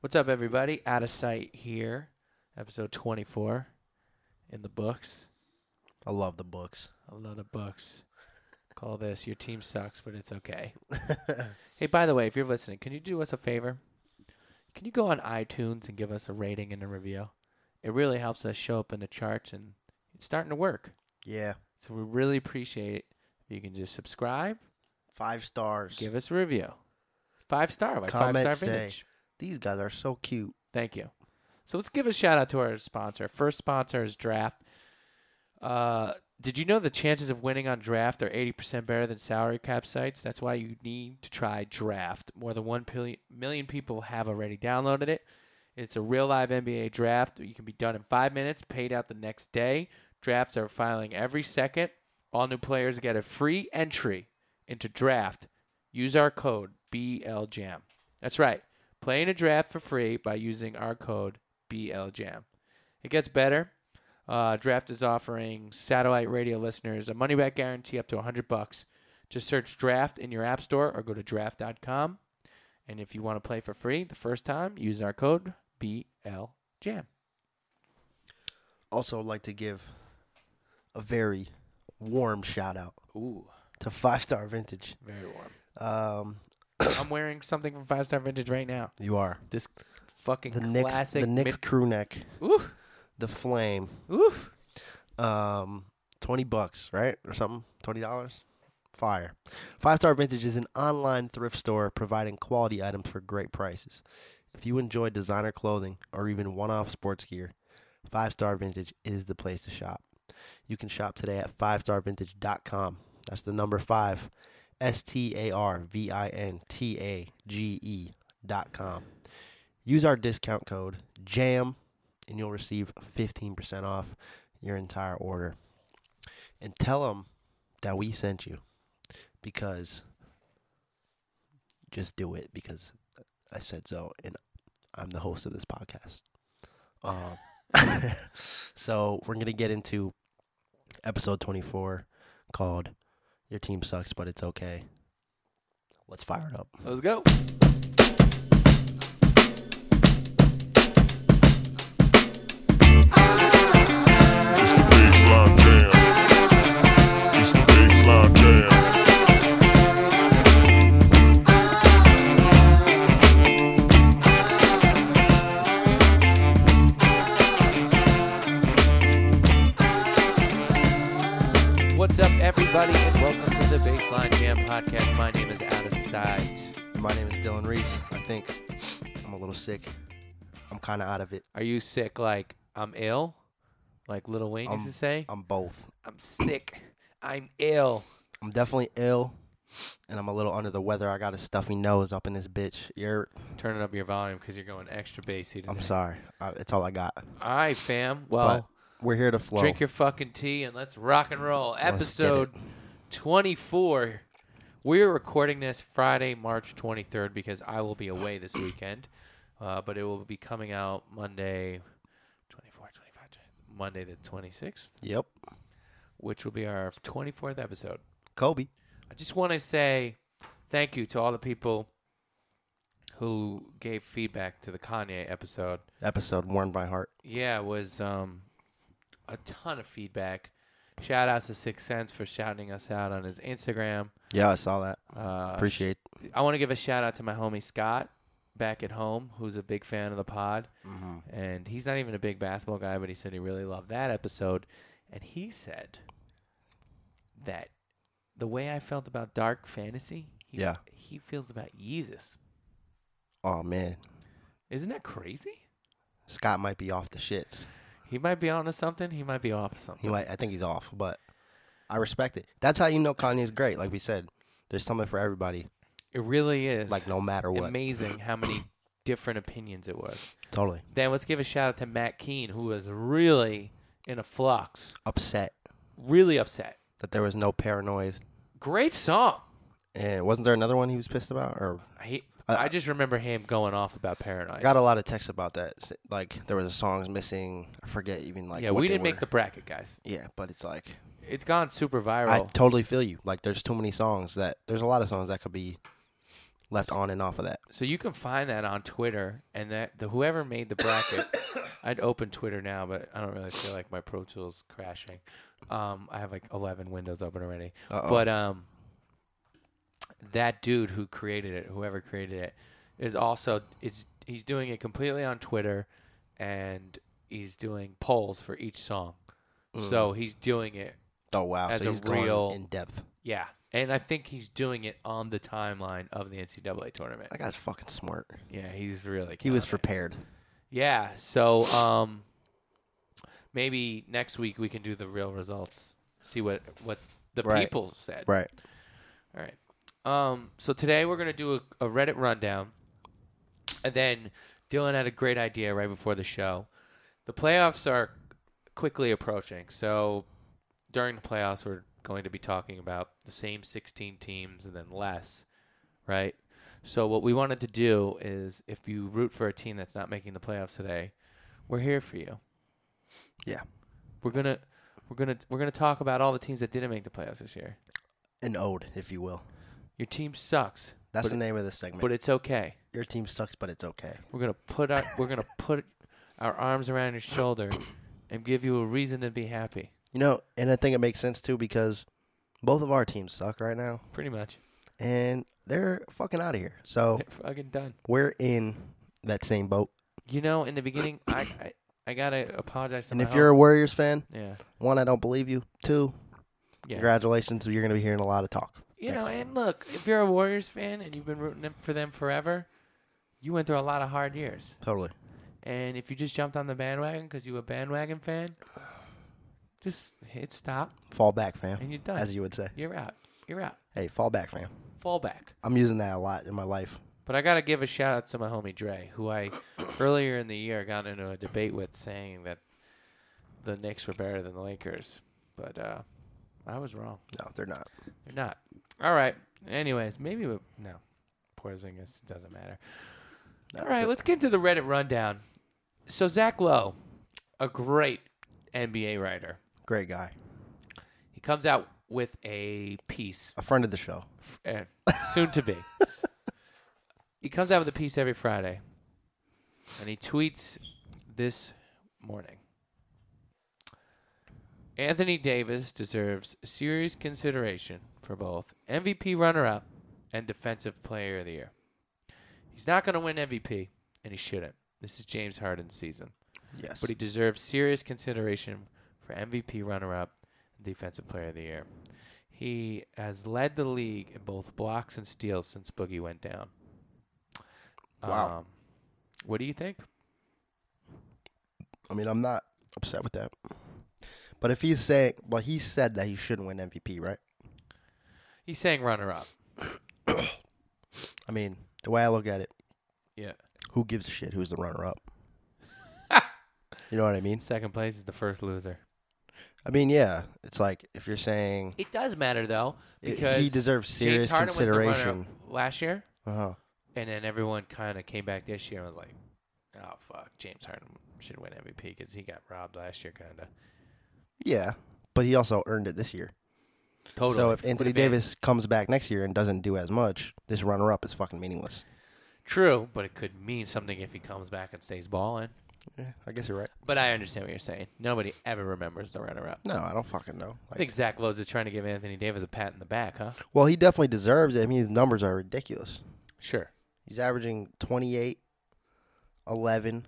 What's up, everybody? Out of sight here, episode 24 in the books. I love the books. A lot of books. Call this your team sucks, but it's okay. hey, by the way, if you're listening, can you do us a favor? Can you go on iTunes and give us a rating and a review? It really helps us show up in the charts, and it's starting to work. Yeah. So we really appreciate it. If you can just subscribe, Five stars. give us a review. Five star, like Comment five star say. vintage. These guys are so cute. Thank you. So let's give a shout out to our sponsor. First sponsor is Draft. Uh, did you know the chances of winning on Draft are 80% better than salary cap sites? That's why you need to try Draft. More than 1 pil- million people have already downloaded it. It's a real live NBA draft. You can be done in five minutes, paid out the next day. Drafts are filing every second. All new players get a free entry into Draft. Use our code BLJAM. That's right. Play in a draft for free by using our code BLJAM. It gets better. Uh, draft is offering satellite radio listeners a money back guarantee up to 100 bucks. Just search Draft in your app store or go to draft.com. And if you want to play for free the first time, use our code BLJAM. Also, like to give a very warm shout out Ooh, to Five Star Vintage. very warm. Um, I'm wearing something from Five Star Vintage right now. you are This fucking the Knicks, classic. the Knicks crew neck, mid- oof, the flame. oof. Um, twenty bucks, right, or something? Twenty dollars. Fire. Five Star Vintage is an online thrift store providing quality items for great prices. If you enjoy designer clothing or even one-off sports gear, Five Star Vintage is the place to shop. You can shop today at fivestarvintage.com. That's the number five, S T A R V I N T A G E dot com. Use our discount code JAM and you'll receive 15% off your entire order. And tell them that we sent you because just do it because I said so and I'm the host of this podcast. Um, so we're going to get into episode 24 called Your Team Sucks, But It's Okay. Let's fire it up. Let's go. It's the baseline jam. It's the baseline jam. What's up, everybody, and welcome to the Baseline Jam podcast. My name is Out of Sight. My name is Dylan Reese. I think I'm a little sick. I'm kind of out of it. Are you sick? Like I'm ill? Like Little Wayne used Um, to say, I'm both. "I'm sick. I'm ill." I'm definitely ill, and I'm a little under the weather. I got a stuffy nose up in this bitch. You're. Turning up your volume because you're going extra bassy today. I'm sorry. I, it's all I got. All right, fam. Well, We're here to flow. drink your fucking tea and let's rock and roll. Let's get it. Episode 24. We're recording this Friday, March 23rd, because I will be away this weekend. Uh, but it will be coming out Monday, 24, 25, Monday the 26th, Yep. which will be our 24th episode. Kobe. I just want to say thank you to all the people who gave feedback to the Kanye episode. Episode worn by heart. Yeah, it was um, a ton of feedback. Shout out to Six Sense for shouting us out on his Instagram. Yeah, I saw that. Uh, Appreciate. I want to give a shout out to my homie Scott back at home, who's a big fan of the pod, Mhm. and he's not even a big basketball guy, but he said he really loved that episode, and he said that the way I felt about dark fantasy, he, Yeah. he feels about Yeezus. Oh man, Isn't that crazy? Scott might be off the shits. He might be onto something. He might be off something. He might. I think he's off, but I respect it. That's how you know Kanye's great. Like we said, there's something for everybody. It really is Like no matter what. amazing how many different opinions it was. Totally Then let's give a shout out to Matt Keene, who was really in a flux, upset really upset. that there was no paranoid. Great song. And wasn't there another one he was pissed about? Or I Uh, I just remember him going off about Paranoid. I got a lot of texts about that. S- Like there was a songs missing. I forget even like. yeah, what we they didn't make were. the bracket, guys. Yeah, but it's like It's gone super I viral. totally feel you. Like there's too many songs that there's a lot of songs that could be left on and off of that. So you can find that on Twitter, and that the whoever made the bracket, I'd open Twitter now, but I don't really feel like my Pro Tools crashing. Um, I have like eleven windows open already, Uh-oh. but um, that dude who created it, whoever created it, is also it's he's doing it completely on Twitter, and he's doing polls for each song. Mm. So he's doing it, oh wow, as so a he's going real- in depth. yeah, and I think he's doing it on the timeline of the NCAA tournament. That guy's fucking smart. Yeah, he's really He was killing it. prepared. Yeah. So um, maybe next week we can do the real results. See what what the Right. people said. Right. All right. Um, so today we're gonna do a, a Reddit rundown, and then Dylan had a great idea right before the show. The playoffs are quickly approaching, so during the playoffs we're going to be talking about the same 16 teams and then less, right? So what we wanted to do is, if you root for a team that's not making the playoffs today, we're here for you. Yeah. We're gonna we're gonna we're gonna talk about all the teams that didn't make the playoffs this year. An ode, if you will. Your team sucks, That's But the name of this segment. but it's okay. Your team sucks, but it's okay. We're gonna put our we're gonna put our arms around your shoulder and give you a reason to be happy. You know, and I think it makes sense too because both of our teams suck right now, Pretty much. and they're fucking out of here. So They're fucking done. we're in that same boat. You know, in the beginning, I I, I gotta apologize. To And my if you're a home- Warriors fan, yeah, one, I don't believe you. Two, yeah, congratulations, you're going to be hearing a lot of talk. you know, and look, if you're a Warriors fan and you've been rooting them- for them forever, you went through a lot of hard years. Totally. And if you just jumped on the bandwagon because you a bandwagon fan, just hit stop Fall back, fam, and you're done. as you would say. you're out. You're out. Hey, fall back, fam. Fall back. I'm using that a lot in my life. But I gotta give a shout out to my homie Dre, who I earlier in the year got into a debate with, saying that the Knicks were better than the Lakers. But uh, I was wrong. No, they're not. They're not. All right. Anyways, maybe we, no. Porzingis doesn't matter. No, All right, they're- let's get to the Reddit rundown. So Zach Lowe, a great NBA writer, Great guy. he comes out with a piece A friend of the show. and eh, soon to be. he comes out with a piece every Friday, and he tweets this morning. Anthony Davis deserves serious consideration for both MVP runner up and Defensive Player of the Year. He's not going to win MVP, and he shouldn't. This is James Harden's season Yes. but he deserves serious consideration for MVP runner-up and Defensive Player of the Year. He has led the league in both blocks and steals since Boogie went down. Wow. Um, what do you think? I mean, I'm not upset with that. But if he's saying, well, he said that he shouldn't win MVP, right? He's saying runner-up. I mean, the way I look at it, Yeah. who gives a shit who's the runner up? you know what I mean? Second place is the first loser. I mean, yeah, it's like if you're saying It does matter though i- because he deserves James serious Harden was the consideration. runner-up last year, Uh huh. and then everyone kind of came back this year and was like, "Oh fuck, James Harden should win MVP because he got robbed last year, kind of." Yeah, but he also earned it this year. Totally. So if Anthony Would've been- Davis comes back next year and doesn't do as much, this runner up is fucking meaningless. True, but it could mean something if he comes back and stays balling. Yeah, I guess you're right. But I understand what you're saying. Nobody ever remembers the runner-up. No, I don't fucking know. I Like, think Zach Lowe's is trying to give Anthony Davis a pat in the back, huh? well, he definitely deserves it. I mean, his numbers are ridiculous. Sure. He's averaging 28, 11,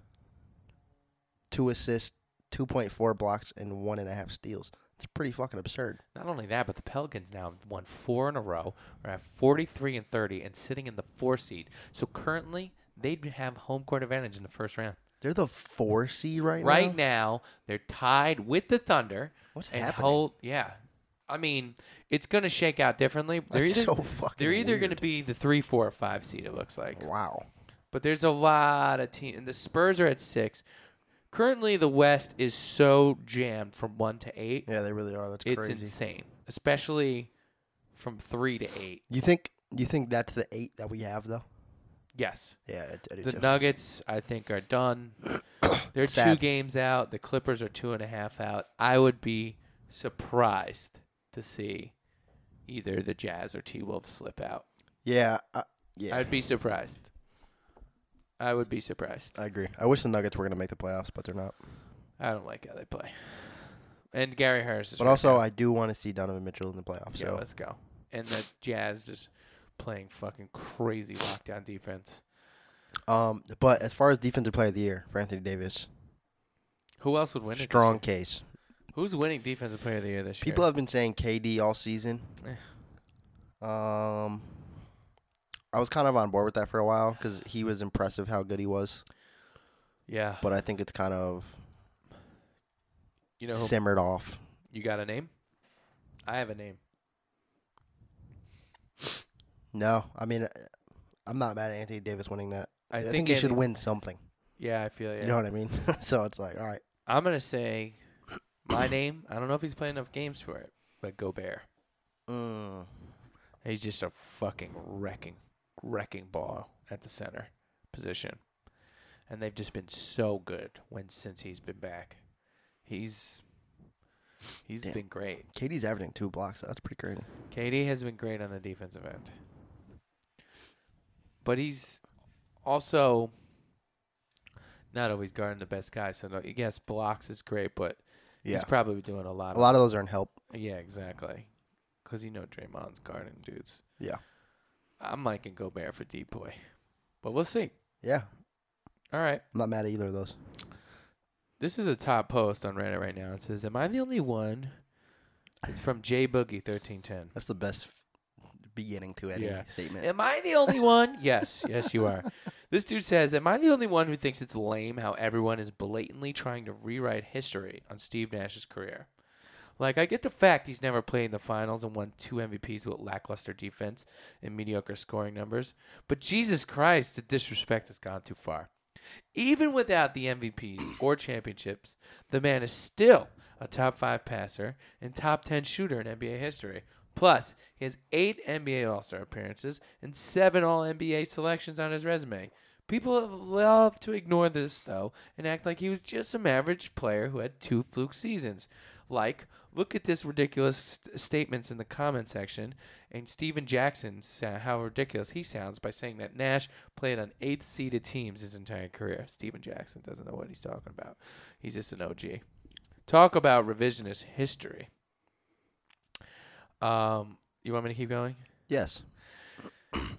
two assists, 2.4 blocks, and one and a half steals. It's pretty fucking absurd. Not only that, but the Pelicans now have won four in a row, are at 43 and 30, and sitting in the four seed. So currently, they'd have home court advantage in the first round. They're the four seed right, Right now. now, they're tied with the Thunder. What's and happening? Hold, yeah. I mean, it's going to shake out differently. They're That's either, so fucking. they're either weird. going to be the three, four, or five seed, it looks like. Wow. But there's a lot of teams. The Spurs are at six. Currently, the West is so jammed from one to eight. Yeah, they really are. That's it's crazy. insane, especially from three to eight. You think you think that's the eight that we have though? Yes, Yeah, I, I do the too. Nuggets I think are done. They're two Sad. games out. The Clippers are two and a half out. I would be surprised to see either the Jazz or T Wolves slip out. yeah, I, Yeah, I'd be surprised. I would be surprised. I agree. I wish the Nuggets were going to make the playoffs, but they're not. I don't like how they play. And Gary Harris is. But right also, now. I do want to see Donovan Mitchell in the playoffs. yeah, so let's go. And the Jazz is playing fucking crazy lockdown defense. Um, but as far as defensive player of the year for Anthony Davis, Who else would win? it this strong year? case. Who's winning defensive player of the year this People year? have been saying KD all season. Eh. Um, I was kind of on board with that for a while because he was impressive how good he was. yeah. But I think it's kind of You know, who, simmered off. you got a name? I have a name. No, I mean, uh, I'm not mad at Anthony Davis winning that. I, I, think, he should Andy- win something. Yeah, I feel yeah. You know what I mean? so it's like, all right, I'm gonna say my name. I don't know if he's playing enough games for it, but Gobert. mm, He's just a fucking wrecking, wrecking ball at the center position, and they've just been so good when since he's been back. He's he's Damn. been great. KD's averaging two blocks. That's pretty crazy. KD has been great on the defensive end. But he's also not always guarding the best guy. So, no, yes, blocks is great, but Yeah, he's probably doing a lot. a lot of those are in help. Yeah, exactly. Because you know Draymond's guarding dudes. Yeah. I'm liking Gobert for deep boy. But we'll see. Yeah, All right. I'm not mad at either of those. This is a top post on Reddit right now. It says, Am I the only one? It's from J Boogie1310. That's the best beginning to any Yeah. statement. Am I the only one? yes, yes, you are. This dude says, Am I the only one who thinks it's lame how everyone is blatantly trying to rewrite history on Steve Nash's career? Like, I get the fact he's never played in the finals and won two MVPs with lackluster defense and mediocre scoring numbers, but Jesus Christ, the disrespect has gone too far. Even without the MVPs or championships, the man is still a top five passer and top 10 shooter in NBA history. Plus, he has eight NBA All Star appearances and seven All NBA selections on his resume. People love to ignore this, though, and act like he was just some average player who had two fluke seasons. Like, look at this ridiculous st- statements in the comment section, and Steven Jackson, sa- how ridiculous he sounds by saying that Nash played on eighth seeded teams his entire career. Steven Jackson doesn't know what he's talking about. He's just an OG. Talk about revisionist history. Um, you want me to keep going? Yes.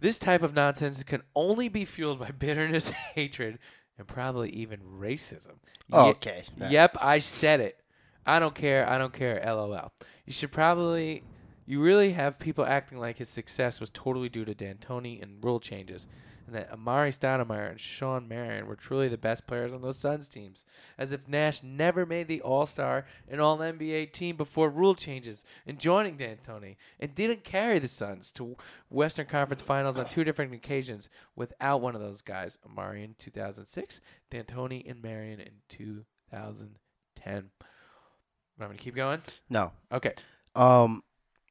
This type of nonsense can only be fueled by bitterness, hatred, and probably even racism. Oh, Ye- okay. Yep, I said it. I don't care. I don't care. LOL. You should probably, you really have people acting like his success was totally due to D'Antoni and rule changes, and that Amari Stoudemire and Sean Marion were truly the best players on those Suns teams, as if Nash never made the All Star and All NBA team before rule changes and joining D'Antoni, and didn't carry the Suns to Western Conference Finals on two different occasions without one of those guys, Amari in 2006, D'Antoni and Marion in 2000. 2010. I'm going to keep going. No. Okay. Um,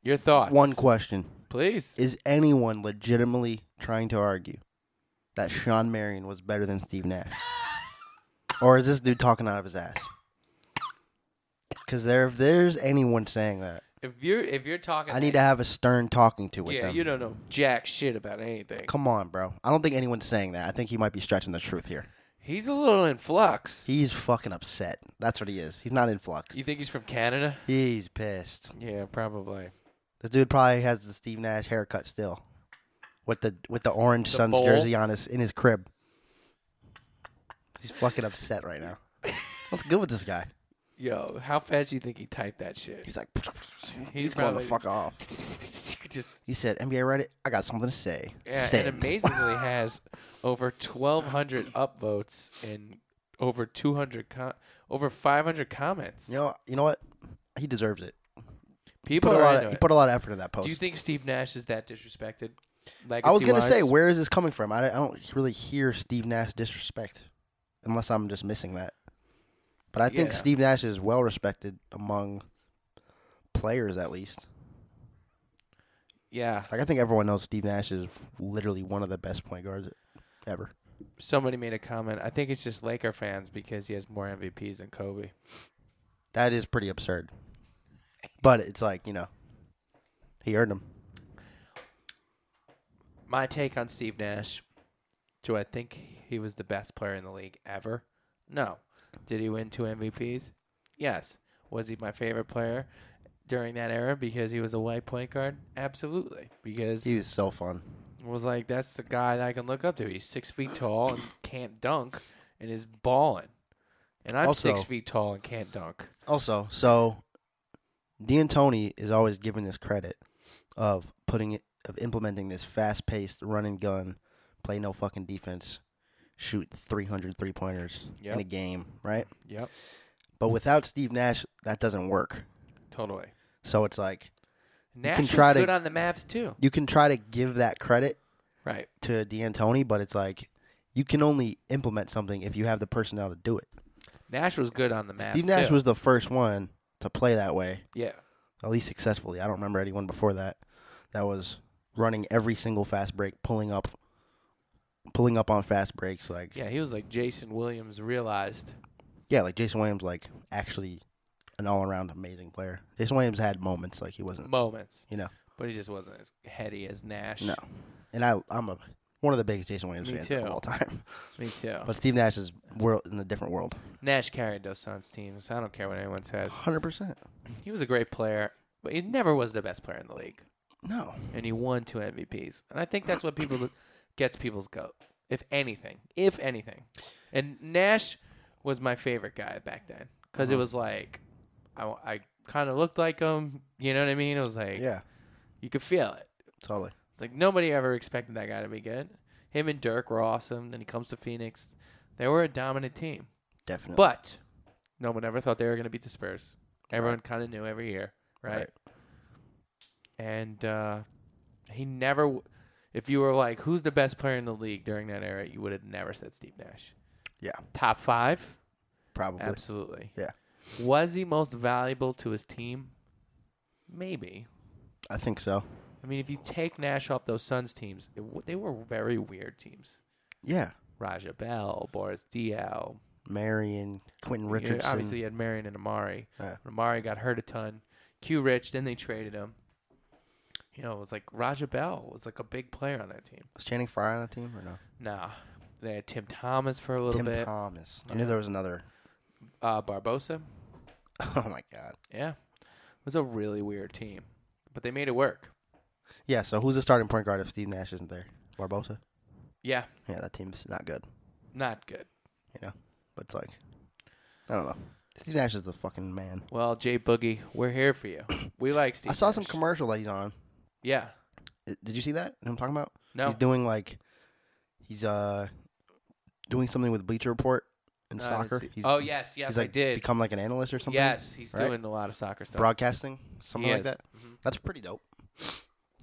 Your thoughts. one question: Please. Is anyone legitimately trying to argue that Sean Marion was better than Steve Nash, or is this dude talking out of his ass? Because there, if there's anyone saying that, If you're if you're talking I need to have a stern talking to with Yeah, them. you don't know jack shit about anything. Come on, bro. I don't think anyone's saying that. I think he might be stretching the truth here. He's a little in flux. He's fucking upset. That's what he is. He's not in flux. You think he's from Canada? He's pissed. Yeah, probably. This dude probably has the Steve Nash haircut still, with the with the orange The Suns bowl. jersey on his in his crib. He's fucking upset right now. What's good with this guy? Yo, how fast do you think he typed that shit? He's like, He's he's going the probably- fuck off. Just He said, NBA Reddit, I got something to say. yeah, say and it." amazingly has over 1200 upvotes and over 200 com- over 500 comments. you know, you know what? He deserves it. He People put a are lot. into Of, he it. put a lot of effort in that post. Do you think Steve Nash is that disrespected? I was gonna say, legacy-wise? where is this coming from? I, I don't really hear Steve Nash disrespect, unless I'm just missing that. But I think Yeah. Steve Nash is well respected among players, at least. Yeah, Like I think everyone knows Steve Nash is literally one of the best point guards ever. somebody made a comment. I think it's just Laker fans because he has more MVPs than Kobe. That is pretty absurd. But it's like you know, he earned them. my take on Steve Nash. Do I think he was the best player in the league ever? No. Did he win two MVPs? Yes. Was he my favorite player during that era because he was a white point guard? Absolutely. Because He was so fun. was like, that's the guy that I can look up to. He's six feet tall and can't dunk and is balling. And I'm six Also- feet tall and can't dunk. Also, so D'Antoni is always given this credit of putting it of implementing this fast paced run and gun, play no fucking defense, shoot 300 three pointers Yep. in a game, right? Yep. But without Steve Nash, that doesn't work. Totally. So it's like Nash can was try to- good on the maps too. you can try to give that credit Right. to D'Antoni, but it's like you can only implement something if you have the personnel to do it. Nash was good on the maps. Steve Nash too. was the first one to play that way, yeah. at least successfully. I don't remember anyone before that that was running every single fast break, pulling up, pulling up on fast breaks. Like yeah, Yeah, he was like Jason Williams realized. like Jason Williams, like actually an all around amazing player. Jason Williams had moments like he wasn't, moments. you know. But he just wasn't as heady as Nash. No, and I I'm a one of the biggest Jason Williams Me fans too. of all time. Me too. But Steve Nash is world in a different world. Nash carried those Suns teams. I don't care what anyone says. Hundred percent. He was a great player, but he never was the best player in the league. No. And he won two MVPs. And I think that's what people gets people's goat. If anything. If anything. And Nash was my favorite guy back then. Because it was like, I, I kind of looked like him. You know what I mean? It was like, Yeah. you could feel it. Totally. It's like nobody ever expected that guy to be good. Him and Dirk were awesome. Then he comes to Phoenix. They were a dominant team. Definitely. But no one ever thought they were going to beat the Spurs. Everyone kind of knew every year, right? Right. And uh, he never, w- if you were like, who's the best player in the league during that era, you would have never said Steve Nash. Yeah. Top five? probably. Absolutely. Yeah. Was he most valuable to his team? Maybe. I think so. I mean, if you take Nash off those Suns teams, it, w- they were very weird teams. Yeah. Raja Bell, Boris Diaw. Marion, Quentin You- Richardson. Obviously, you had Marion and Amari. Yeah. Amari got hurt a ton. Q Rich, then they traded him. You know, it was like Raja Bell was like a big player on that team. Was Channing Frye on that team or no? Nah. They had Tim Thomas for a little Tim bit. Thomas. I Yeah. knew there was another. uh, Barbosa. Oh my god. Yeah. It was a really weird team. But they made it work. Yeah. So who's the starting point guard if Steve Nash isn't there? Barbosa. Yeah. Yeah, that team's not good. Not good. You know, but it's like, I don't know. Steve Nash is the fucking man. Well, Jay Boogie, we're here for you. We like Steve. I saw some Nash. commercial that he's on. Yeah. I- Did you see that? What I'm talking about. No. He's doing like, he's uh, doing something with Bleacher Report in No, I didn't soccer. see- He's, oh, yes. Yes, he's like I did. become like an analyst or something. yes, he's right? doing a lot of soccer stuff. broadcasting, something He like is. that. Mhm. That's pretty dope.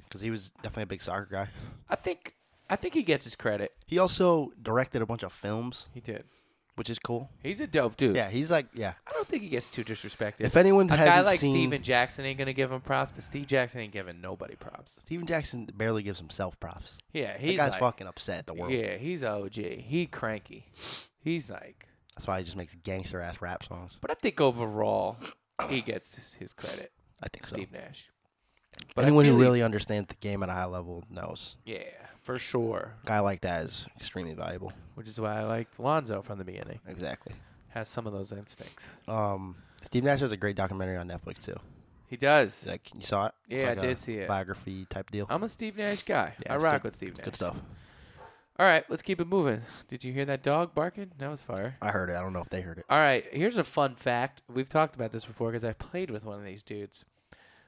Because he was definitely a big soccer guy. I think I think he gets his credit. He also directed a bunch of films, He did. which is cool. He's a dope dude. Yeah, he's like, yeah. I don't think he gets too disrespected. If anyone a hasn't guy like seen Steven Jackson ain't gonna give him props, but Steve Jackson ain't giving nobody props. Steven Jackson, barely gives himself props. Yeah, That he's guy's like, fucking upset at the world. Yeah, he's OG. He cranky. He's like, That's why he just makes gangster ass rap songs. but I think overall he gets his- his credit, I think so. Steve Nash. but I anyone who feel he- really understands the game at a high level knows yeah, for sure. a guy like that is extremely valuable. Which is why I liked Lonzo from the beginning. Exactly. Has some of those instincts. Um, Steve Nash has a great documentary on Netflix too. He does. It's like you saw it. It's Yeah, I like did a see it. Oh. Biography type deal. I'm a Steve Nash guy. Yeah, I it's rock good- with Steve Nash. Good stuff. All right, let's keep it moving. Did you hear that dog barking? That was fire. I heard it. I don't know if they heard it. All right, here's a fun fact. We've talked about this before because I played with one of these dudes.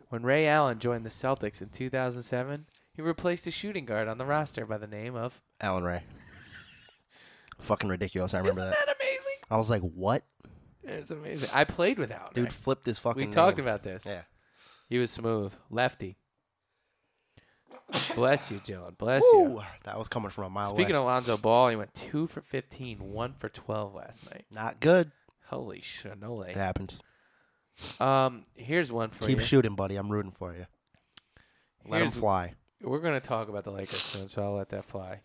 When Ray Allen joined the Celtics in 2007, he replaced a shooting guard on the roster by the name of. Alan Ray. Fucking ridiculous. I remember Isn't that. that amazing? I was like, what? It's amazing. I played with Allen. Dude Ray. flipped his fucking we talked name. about this. Yeah. He was smooth, lefty. Bless you, Dylan. Bless Woo! you. That was coming from a mile Speaking away. of Alonzo Ball, he went two for 15, one for 12 last night. Not good. Holy cannoli. It happens. Um, here's one for Keep you. shooting, buddy. I'm rooting for you. Let Here's- him fly. We're gonna talk about the Lakers soon, so I'll let that fly.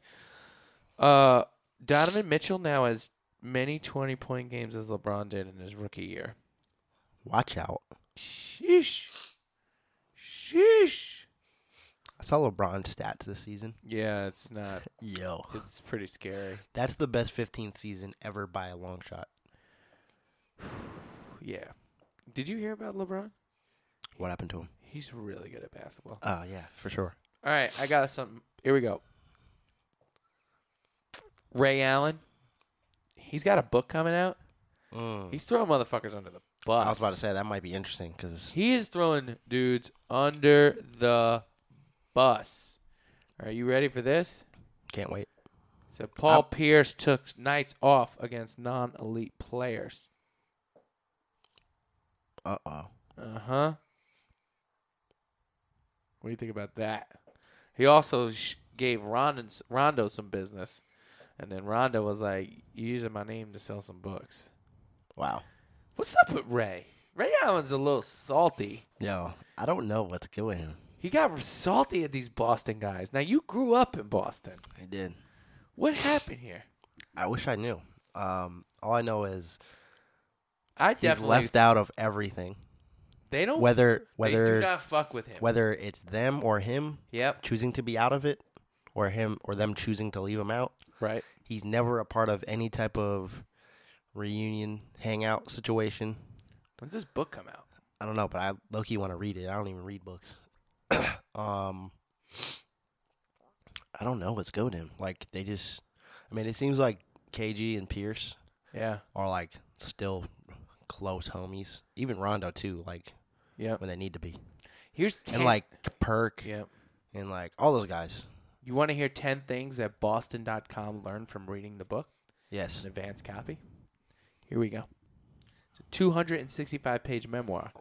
Uh, Donovan Mitchell now has many twenty-point games as LeBron did in his rookie year. Watch out. Sheesh. Sheesh. I saw LeBron stats this season. Yeah, it's not. Yo, It's pretty scary. that's the best 15th season ever by a long shot. Yeah. Did you hear about LeBron? What happened to him? He's really good at basketball. Oh yeah, for sure. All right, I got something. Here we go. Ray Allen. He's got a book coming out. Mm. He's throwing motherfuckers under the bus. I was about to say that might be interesting because He is throwing dudes under the bus. Are you ready for this? can't wait. So Paul Pierce took nights off against non-elite players. Uh oh. Uh huh. What do you think about that? He also sh- gave Rondo, Rondo some business, and then Rondo was like, "You using my name to sell some books." Wow. What's up with Ray? Ray Allen's a little salty. Yo, I don't know what's killing him. He got salty at these Boston guys. Now you grew up in Boston. I did. What happened here? I wish I knew. Um, all I know is I he's definitely left out of everything. they don't Whether they do whether not fuck with him. whether it's them or him yep. choosing to be out of it, or him or them choosing to leave him out, Right. he's never a part of any type of reunion hangout situation. When's this book come out? I don't know, but I Loki want to read it. I don't even read books. um, I don't know what's going to him. Like they just, I mean, it seems like KG and Pierce Yeah. are like still close homies. Even Rondo too. Like Yep. when they need to be, Here's ten. and like Perk yep. and like all those guys. You want to hear 10 things that Boston.com learned from reading the book? Yes. An advance copy. Here we go. It's a 265 page memoir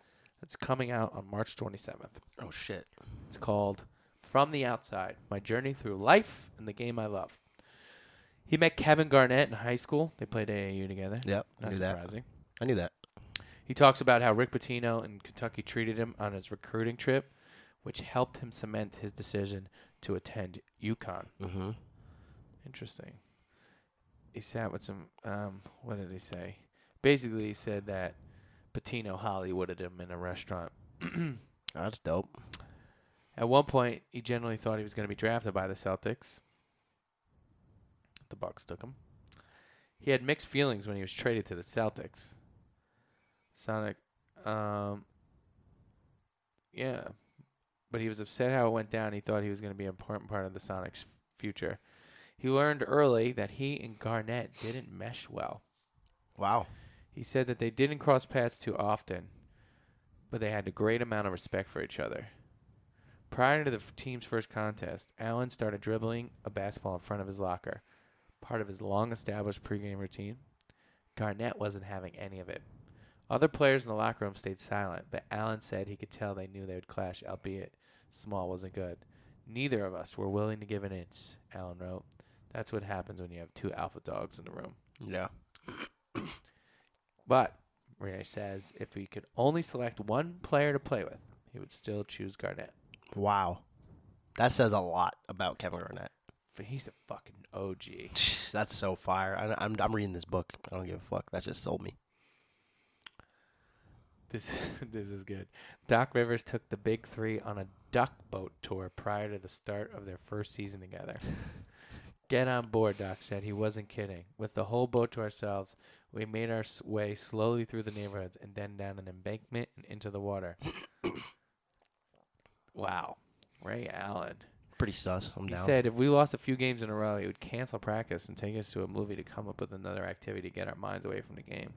that's coming out on March 27th. Oh shit. It's called From the Outside My Journey Through Life and the Game I Love. He met Kevin Garnett in high school. They played AAU together. Yep. I Not knew that. surprising. I knew that. He talks about how Rick Pitino in Kentucky treated him on his recruiting trip, which helped him cement his decision to attend UConn. Mm-hmm. Interesting. He sat with some. Um, what did he say? Basically, he said that Patino Hollywooded him in a restaurant. That's dope. At one point, he generally thought he was going to be drafted by the Celtics. The Bucks took him. He had mixed feelings when he was traded to the Celtics. Sonic, um, yeah, but he was upset how it went down. He thought he was going to be an important part of the Sonics' future. He learned early that he and Garnett didn't mesh well. Wow. He said that they didn't cross paths too often, but they had a great amount of respect for each other. Prior to the f- team's first contest, Allen started dribbling a basketball in front of his locker, part of his long established pregame routine. Garnett wasn't having any of it. Other players in the locker room stayed silent, but Allen said he could tell they knew they would clash, albeit small wasn't good. Neither of us were willing to give an inch, Allen wrote. That's what happens when you have two alpha dogs in the room. Yeah. But Ray says if he could only select one player to play with, he would still choose Garnett. Wow. That says a lot about Kevin Garnett. F- He's a fucking OG. That's so fire. I, I'm I'm reading this book. I don't give a fuck. That just sold me. This this is good. Doc Rivers took the big three on a duck boat tour prior to the start of their first season together. Get on board, Doc said. He wasn't kidding. With the whole boat to ourselves, we made our s- way slowly through the neighborhoods and then down an embankment and into the water. wow. Ray Allen. Pretty sus. I'm He down. said if we lost a few games in a row, he would cancel practice and take us to a movie to come up with another activity to get our minds away from the game.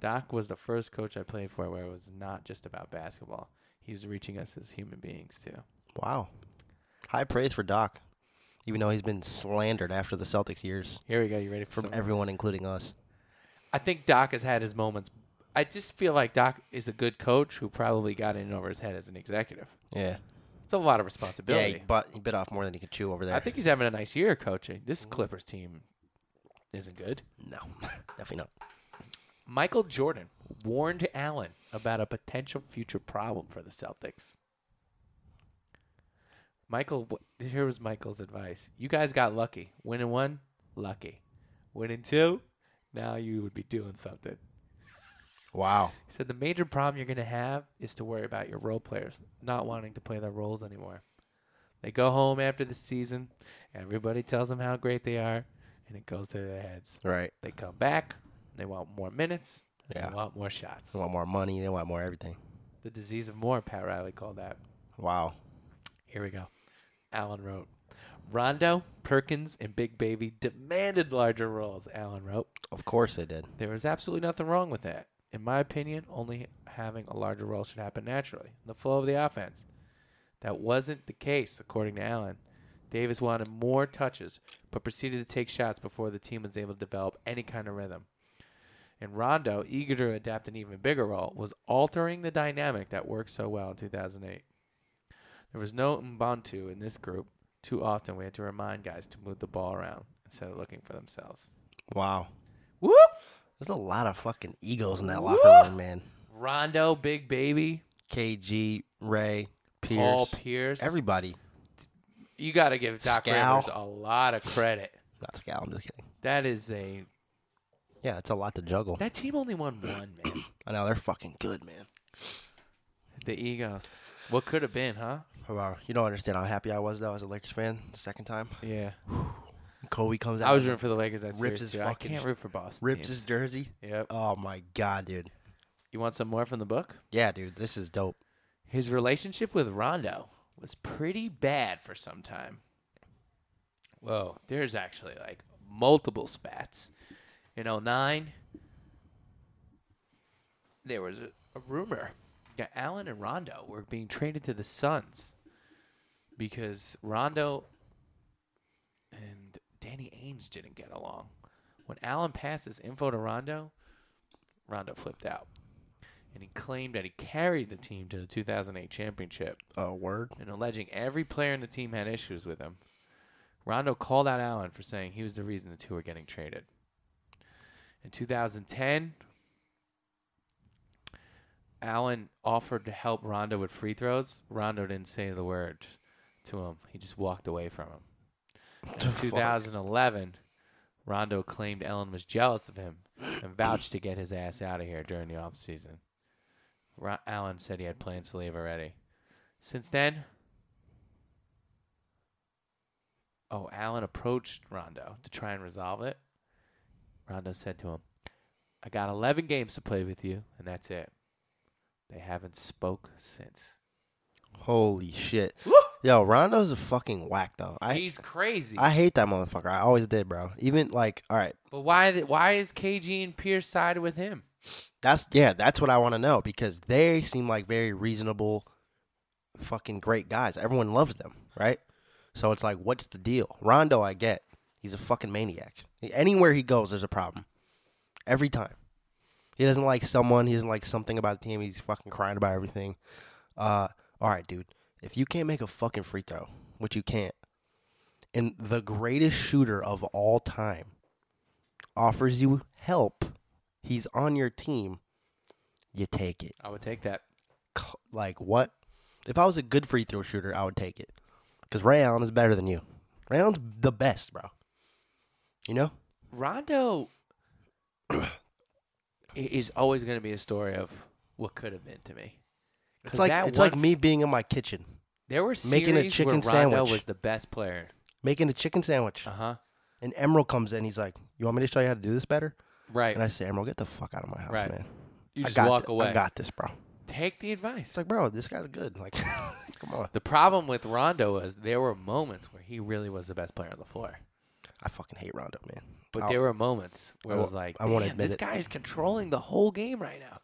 Doc was the first coach I played for where it was not just about basketball. He was reaching us as human beings too. wow. High praise for Doc, even though he's been slandered after the Celtics years Here we go. You ready for from some? everyone, including us. I think Doc has had his moments. I just feel like Doc is a good coach who probably got in over his head as an executive. Yeah. It's a lot of Yeah. responsibility. He, but he bit off more than he could chew over there. I think he's having a nice year coaching. Mm. This Clippers team isn't good. no, definitely not. Michael Jordan warned Allen about a potential future problem for the Celtics. Michael, wh- here was Michael's advice. You guys got lucky. Winning one, lucky. Winning two, now you would be doing something. Wow. He said the major problem you're going to have is to worry about your role players not wanting to play their roles anymore. They go home after the season. Everybody tells them how great they are, and it goes to their heads. Right. They come back. They want more minutes. Yeah. They want more shots. They want more money. They want more everything. The disease of more, Pat Riley called that. Wow. Here we go. Allen wrote. Rondo, Perkins, and Big Baby demanded larger roles, Allen wrote. Of course they did. There is absolutely nothing wrong with that. In my opinion, only having a larger role should happen naturally in the flow of the offense. That wasn't the case, according to Allen. Davis wanted more touches, but proceeded to take shots before the team was able to develop any kind of rhythm. And Rondo, eager to adapt an even bigger role, was altering the dynamic that worked so well in 2008. There was no Ubuntu in this group. Too often, we had to remind guys to move the ball around instead of looking for themselves. Wow. Whoop! There's a lot of fucking egos in that Woo! locker room, man. Rondo, Big Baby, KG, Ray, Pierce, Paul Pierce. everybody. you got to give Doc Scal. Rivers a lot of credit. Not Scal. I'm just kidding. That is a Yeah, it's a lot to juggle. that team only won one man. I know they're fucking good, man. The Eagles. What could have been, huh? Oh, Wow. You don't understand how happy I was though as a Lakers fan the second time. Yeah, Kobe comes out. I was and rooting for the Lakers. That rips series his too. I fucking- can't root for Boston. rips teams. his jersey. Yep. Oh my god, dude. You want some more from the book? Yeah, dude, this is dope. His relationship with Rondo was pretty bad for some time. Whoa, there's actually like multiple spats. In 09, there was a, a rumor that Allen and Rondo were being traded to the Suns because Rondo and Danny Ainge didn't get along. When Allen passed his info to Rondo, Rondo flipped out and he claimed that he carried the team to the 2008 championship Uh, word. and alleging every player in the team had issues with him. Rondo called out Allen for saying he was the reason the two were getting traded. In 2010, Allen offered to help Rondo with free throws. Rondo didn't say the word to him. He just walked away from him. The In fuck? 2011, Rondo claimed Ellen was jealous of him and vouched to get his ass out of here during the offseason. Ro- Allen said he had plans to leave already. Since then, oh, Allen approached Rondo to try and resolve it. Rondo said to him, I got 11 games to play with you, and that's it. They haven't spoke since. Holy shit. Yo, Rondo's a fucking whack though. I He's crazy. I hate that motherfucker. I always did, bro. Even like, all right, but why? th- Why is KG and Pierce sided with him? that's yeah, that's what I want to know because they seem like very reasonable, fucking great guys. Everyone loves them, right? So it's like, what's the deal? Rondo, I get. He's a fucking maniac. Anywhere he goes, there's a problem. Every time. He doesn't like someone. He doesn't like something about the team. He's fucking crying about everything. Uh, all right, dude. If you can't make a fucking free throw, which you can't, and the greatest shooter of all time offers you help, he's on your team, you take it. I would take that. C- Like, what? If I was a good free throw shooter, I would take it. Because Ray Allen is better than you. Ray Allen's the best, bro. You know? Rondo i- is always going to be a story of what could have been to me. 'Cause It's like that it's one- like me being in my kitchen There were series making a chicken where Rondo sandwich. was the best player. making a chicken sandwich, Uh huh. and Emerald comes in. He's like, "You want me to show you how to do this better?" Right. And I say, "Emerald, get the fuck out of my house, Right. man. you I just got walk thi- away. I got this, bro." Take the advice. It's like, bro, this guy's good. Like, come on. the problem with Rondo is there were moments where he really was the best player on the floor, I fucking hate Rondo, man. but I'll- there were moments where it Oh. I wo- was like, I won't "Damn, admit this it." guy is controlling the whole game right now.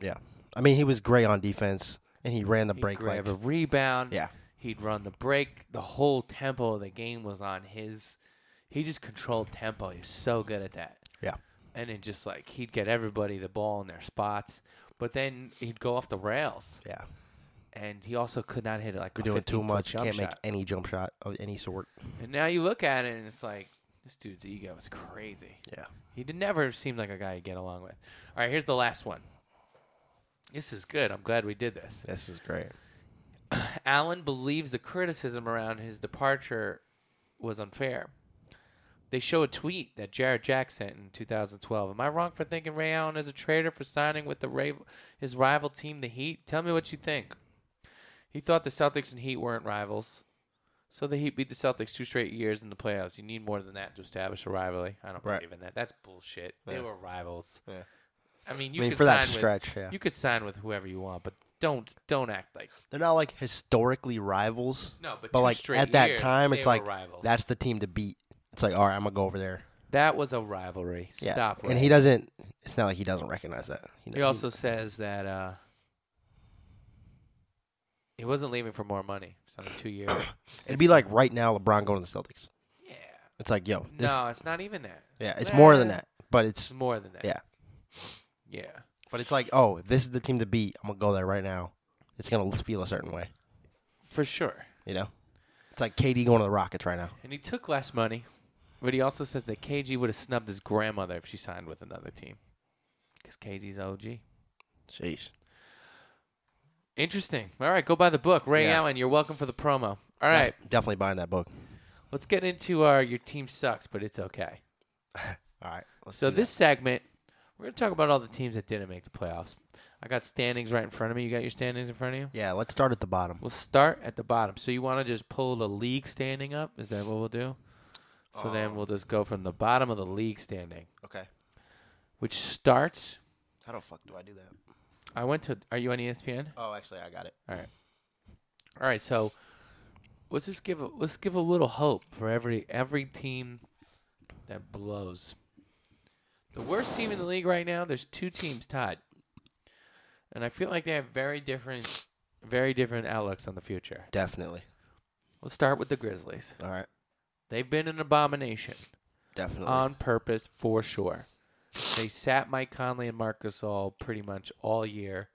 yeah. I mean, he was great on defense, and he ran the He'd break like, grab a rebound. yeah, He'd run the break. The whole tempo of the game was on his. He just controlled tempo. He was so good at that. Yeah. And then just like he'd get everybody the ball in their spots, but then he'd go off the rails, yeah. and he also could not hit it like We're a doing too 15-foot much. Jump Can't make shot. any jump shot of any sort. And now you look at it, and it's like this dude's ego is crazy. Yeah. He did never seemed like a guy you get along with. All right, here's the last one. This is good. I'm glad we did this. This is great. Allen believes the criticism around his departure was unfair. They show a tweet that Jared Jack sent in 2012. Am I wrong for thinking Ray Allen is a traitor for signing with the Ra- his rival team, the Heat? Tell me what you think. He thought the Celtics and Heat weren't rivals. So the Heat beat the Celtics two straight years in the playoffs. You need more than that to establish a rivalry. I don't Right. believe in that. That's bullshit. They Yeah. were rivals. Yeah. I mean, you I mean, could for that sign stretch, yeah. With, you could sign with whoever you want, but don't don't act like They're not like historically rivals, no. But, but two like straight at that years, time, they it's were like rivals. that's the team to beat. It's like, all right, I'm gonna go over there. that was a rivalry. Yeah, Stop. and he does. doesn't. It's not like he doesn't recognize that. He, He also says that uh, he wasn't leaving for more money. It's only two years. it'd be like right now, LeBron going to the Celtics. yeah. It's like, yo, this, no, it's not even that. yeah, it's more than Nah. that. But It's it's, more than that. Yeah. Yeah. but it's like, oh, if this is the team to beat. I'm gonna go there right now. It's gonna feel a certain way, For sure. you know. It's like KD going to the Rockets right now. And he took less money, but he also says that KG would have snubbed his grandmother if she signed with another team. Because KG's OG. Jeez. Interesting. All right, go buy the book. Ray Yeah. Allen, you're welcome for the promo. All right, definitely buying that book. let's get into our Your Team Sucks, but it's okay. All right. Let's So do this segment, we're going to talk about all the teams that didn't make the playoffs. I got standings right in front of me. You got your standings in front of you? that. yeah, let's start at the bottom. We'll start at the bottom. So you want to just pull the league standing up? Is that what we'll do? So then Um, we'll just go from the bottom of the league standing, Okay. which starts How the fuck do I do that? I went to. Are you on E ESPN? Oh, actually, I got it. All right, so let's just give a, let's give a little hope for every every team that blows. The worst team in the league right now. There's two teams tied, and I feel like they have very different, very different outlooks on the future. Definitely. Let's start with the Grizzlies. All right. They've been an abomination Definitely. on purpose for sure. They sat Mike Conley and Marcus all pretty much all year,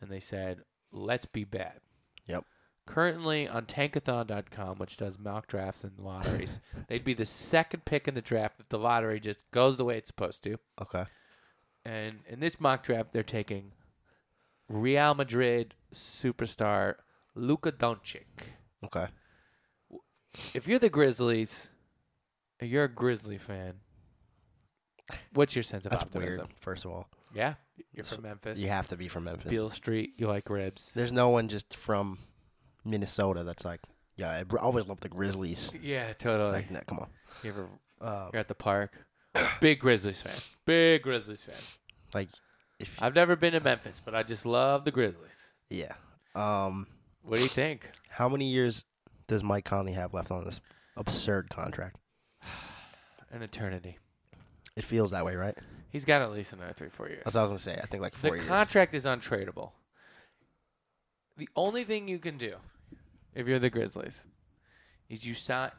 and they said, "Let's be bad." Yep. Currently on Tankathon.com, which does mock drafts and lotteries, they'd be the second pick in the draft if the lottery just goes the way it's supposed to. okay. And in this mock draft, they're taking Real Madrid superstar Luka Doncic Okay. if you're the Grizzlies, and you're a Grizzly fan. What's your sense of That's optimism? weird. First of all, Yeah, you're So- from Memphis. you have to be from Memphis. Beale Street. You like ribs. There's no one just from Minnesota that's like, yeah, I br- always love the Grizzlies. Yeah, totally. Like, nah, come on. you ever Um, you're at the park? Big Grizzlies fan. Big Grizzlies fan. like, if I've never been to Memphis, but I just love the Grizzlies. yeah. Um, What do you think? how many years does Mike Conley have left on this absurd contract? An eternity. It feels that way, right? He's got at least another three, four years. That's what I was gonna say. I think like four the years. contract is untradeable. The only thing you can do if you're the Grizzlies is you sign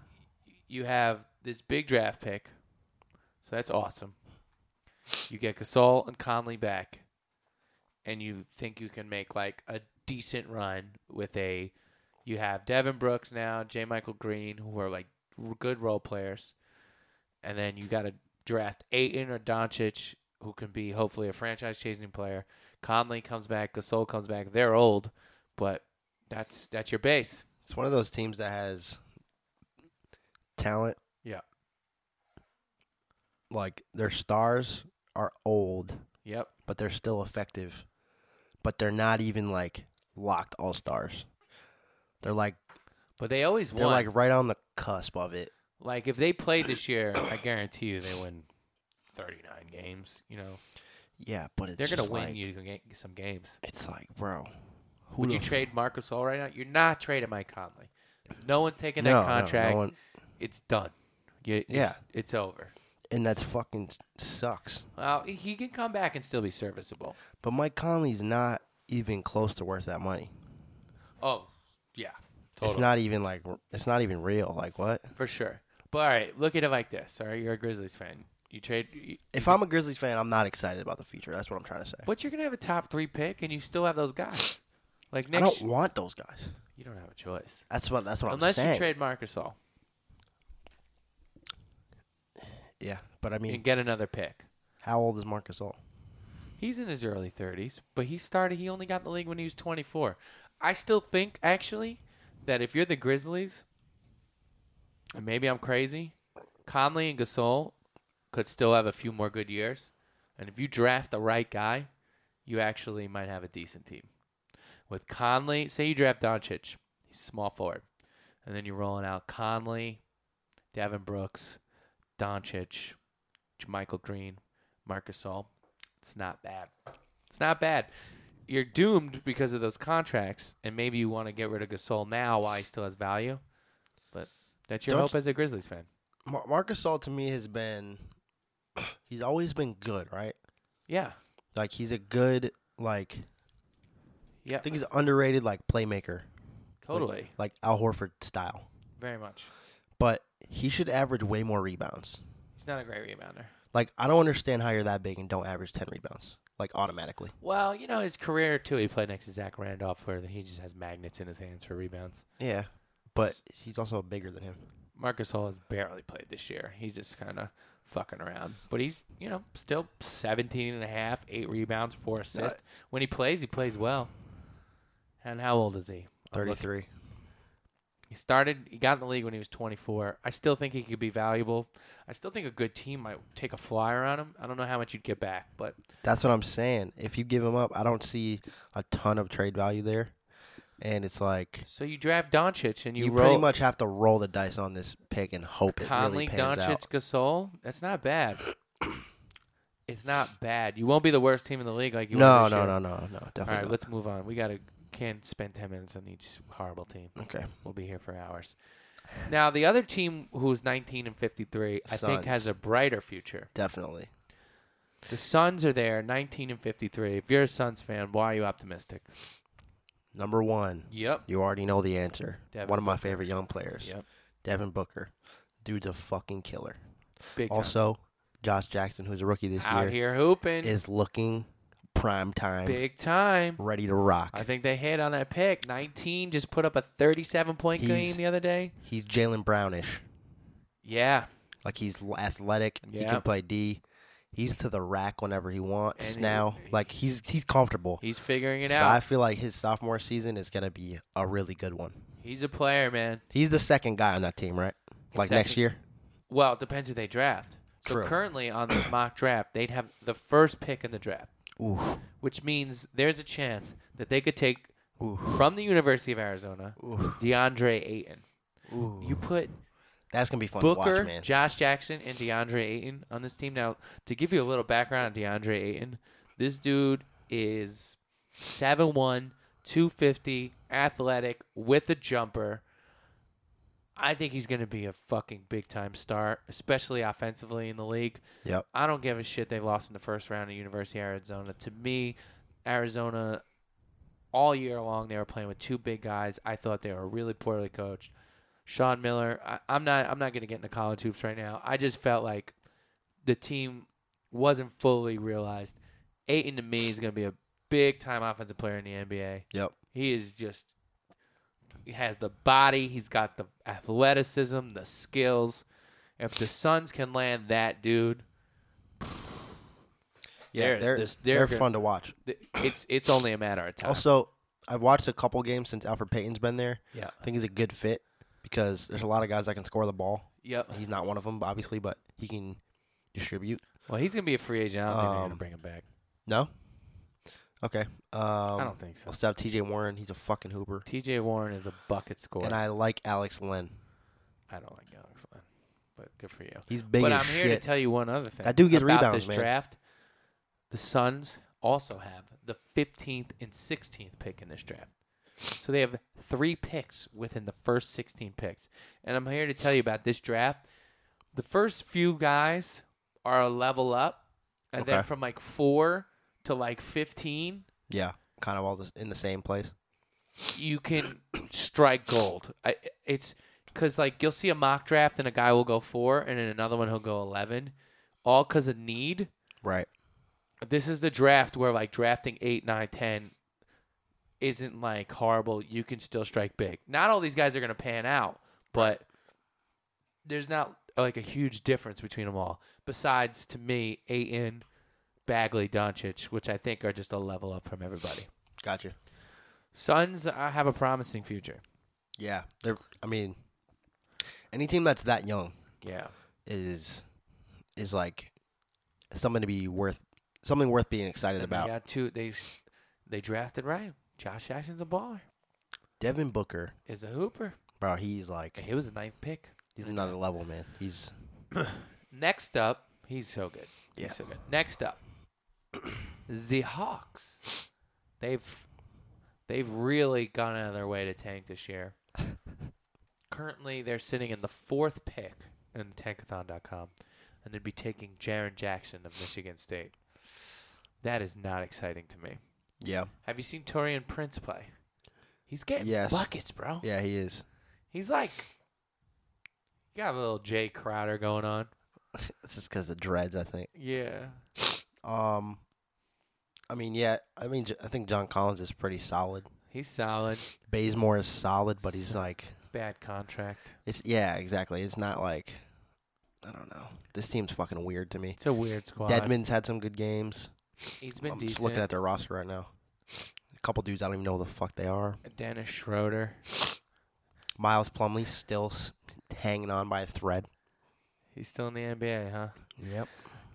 you have this big draft pick. So that's awesome. You get Gasol and Conley back and you think you can make like a decent run with a you have Devin Brooks now, J. Michael Green, who are like r- good role players. And then you got to draft Aiton or Doncic, who can be hopefully a franchise chasing player. Conley comes back, Gasol comes back. They're old, but that's that's your base. It's one of those teams that has talent. Yeah. Like their stars are old, Yep. but they're still effective. But they're not even like locked all stars. They're like But they always they're won. Like, like right on the cusp of it. if they played this year, I guarantee you they win 39 games. You know, Yeah, but it's they're going just to win like, you ga- some games. It's like, bro, who Would the you f- trade Marcus All right now? You're not trading Mike Conley. No one's taking No, that no, no contract. one- It's done. You, it's, Yeah. It's over. and that's fucking s- sucks. Well, he can come back and still be serviceable. But Mike Conley's not even close to worth that money. Oh, yeah. Totally. It's not even like r- it's not even real. Like what? For sure. But all right, look at it like this. All right, you're a Grizzlies fan. You trade, you, If I'm a Grizzlies fan, I'm not excited about the future. That's what I'm trying to say. but you're gonna have a top three pick, and you still have those guys. Like I next, don't want those guys. you don't have a choice That's what. That's what unless I'm saying. you trade Marcus All yeah, but I mean, and get another pick. how old is Marcus All? He's in his early 30s, but he started. He only got in the league when he was 24. I still think actually that if you're the Grizzlies, and maybe I'm crazy, Conley and Gasol could still have a few more good years, and if you draft the right guy, you actually might have a decent team. With Conley, say you draft Doncic, he's a small forward, And then you're rolling out Conley, Davin Brooks, Doncic, Michael Green, Marcus All. It's not bad. It's not bad. You're doomed because of those contracts, and maybe you want to get rid of Gasol now while he still has value. But that's your Don't hope as a Grizzlies fan. Mar- Marcus All to me has been, he's always been good, right? Yeah. Like he's a good like Yeah. I think he's an underrated like playmaker, totally. like Al Horford style. Very much. But he should average way more rebounds. He's not a great rebounder. Like I don't understand how you're that big and don't average ten rebounds like automatically. Well, you know, his career, too, he played next to Zach Randolph, where he just has magnets in his hands for rebounds. Yeah, but he's also bigger than him. Marcus Hall has barely played this year. He's just kind of fucking around. But he's, you know, still 17 and a half, eight rebounds, four assists. When he plays, he plays well. And how old is he? I'm Thirty looking- three. He started, he got in the league when he was 24. I still think he could be valuable. I still think a good team might take a flyer on him. I don't know how much you'd get back, but That's what I'm saying. If you give him up, I don't see a ton of trade value there. And it's like so you draft Doncic and you, you, roll pretty much have to roll the dice on this pick and hope it Conley, really pans Doncic, out. Gasol. That's not bad. it's not bad. You won't be the worst team in the league like you were No, this no, year. no, no, no, All right, definitely. let's move on. We gotta can't spend ten minutes on each horrible team. not. Okay, We'll be here for hours. Now the other team who's nineteen and fifty three, I think has Suns. a brighter future. definitely. The Suns are there, nineteen and fifty three. If you're a Suns fan, why are you optimistic? Number one, Yep. you already know the answer. Devin One of my favorite young players, Yep. Devin Booker. Dude's a fucking killer. Big time. Also, Josh Jackson, who's a rookie this out year, here hooping. is looking prime time, big time. ready to rock. I think they hit on that pick. Nineteen just put up a thirty seven point game He's- the other day. He's Jalen Brownish. Yeah. Like he's l- athletic. He Yeah. can play D. He's to the rack whenever he wants And he- now. like he's he's comfortable. He's figuring it so I out. feel like his sophomore season is gonna be a really good one. He's a player, man. He's the second guy on that team, right? Like next Second. year. Well, it depends who they draft. So True. currently on this mock draft, they'd have the first pick in the draft, Oof. which means there's a chance that they could take Oof. from the University of Arizona Oof. DeAndre Ayton. Ooh. You put That's gonna be fun to Booker, watch, man. Josh Jackson, and DeAndre Ayton on this team. Now, to give you a little background on DeAndre Ayton, this dude is 7'1, 250, athletic, with a jumper. I think he's going to be a fucking big time star, especially offensively in the league. Yep. I don't give a shit they lost in the first round at University of Arizona. To me, Arizona all year long they were playing with two big guys. I thought they were really poorly coached. Sean Miller, I, I'm not I'm not gonna get into college hoops right now. I just felt like the team wasn't fully realized. Aiton to me is gonna be a big time offensive player in the NBA. Yep. He is just he has the body, he's got the athleticism, the skills. If the Suns can land that dude, They're- Yeah, they're they're- they're, they're good. fun to watch. th- it's it's only a matter of time. Also, I've watched a couple games since Alfred Payton's been there. yeah. I think he's a good fit because there's a lot of guys that can score the ball. Yep. He's not one of them, obviously, but he can distribute. Well, he's gonna be a free agent. I don't think they're gonna Um, bring him back. No. Okay. Um, I don't think so. I'll stop T.J. Warren. He's a fucking hooper, T.J. Warren is a bucket scorer. and I, I like Alex Len. don't like Alex Len, but good for you. He's big but as I'm here to shit. tell you one other thing. That dude gets about this rebounds, man. draft. The Suns also have the 15th and 16th pick in this draft. So they have three picks within the first 16 picks. And I'm here to tell you about this draft. The first few guys are a level up, and then Okay. from like four to like 15, yeah, kind of all this, in the same place. you can strike gold. I, it's because like you'll see a mock draft and a guy will go four, and in another one he'll go eleven, all because of need. Right. This is the draft where like drafting eight, nine, ten isn't like horrible. You can still strike big. Not all these guys are gonna pan out, but there's not like a huge difference between them all. Besides, to me, Aiton, Bagley, Doncic, which I think are just a level up from everybody. Gotcha. Suns uh, have a promising future. Yeah. They're. I mean, any team that's that young Yeah. is is like something to be worth something worth being excited And about. They got two. They s- they drafted right. Josh Jackson's a baller. Devin Booker Is a hooper. Bro, he's like He was a ninth pick. he's another level, man. He's Next up, he's so good. He's Yeah. so good. Next up, the Hawks. They've they've really gone out of their way to tank this year. Currently, they're sitting in the fourth pick in tankathon.com, and they'd be taking Jaron Jackson of Michigan State. That is not exciting to me. yeah, Have you seen Torian Prince play? He's getting Yes. buckets, bro. yeah, he is. He's like, you got a little Jay Crowder going on. This is because of dreads, I think. Yeah. Um, I mean, yeah, I mean, J- I think John Collins is pretty solid. He's solid. Bazemore is solid, but he's So- like, Bad contract. it's yeah, exactly. It's not like, I don't know. This team's fucking weird to me. It's a weird squad. Deadman's had some good games. He's been I'm decent. just looking at their roster right now. A couple dudes I don't even know who the fuck they are. Dennis Schroeder. Miles Plumley still s- hanging on by a thread. He's still in the NBA, huh? Yep.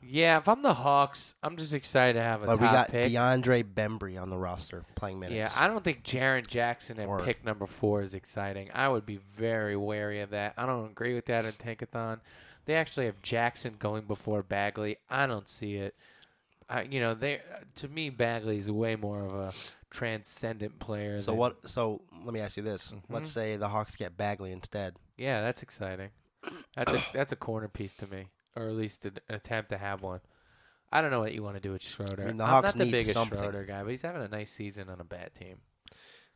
Yeah, if I'm the Hawks, I'm just excited to have a But top we got pick. DeAndre Bembry on the roster playing yeah, minutes. I don't think Jaron Jackson at Word. pick number four is exciting. I would be very wary of that. I don't agree with that in Tankathon. They actually have Jackson going before Bagley. I don't see it. I, you know, they uh, to me Bagley is way more of a transcendent player. so than- what? So let me ask you this: Let's Mhm. say the Hawks get Bagley instead. Yeah, that's exciting. That's a that's a corner piece to me, or at least an attempt to have one. I don't know what you want to do with Schroeder. I mean, the I'm Hawks not the need biggest something. Schroeder guy, but he's having a nice season on a bad team.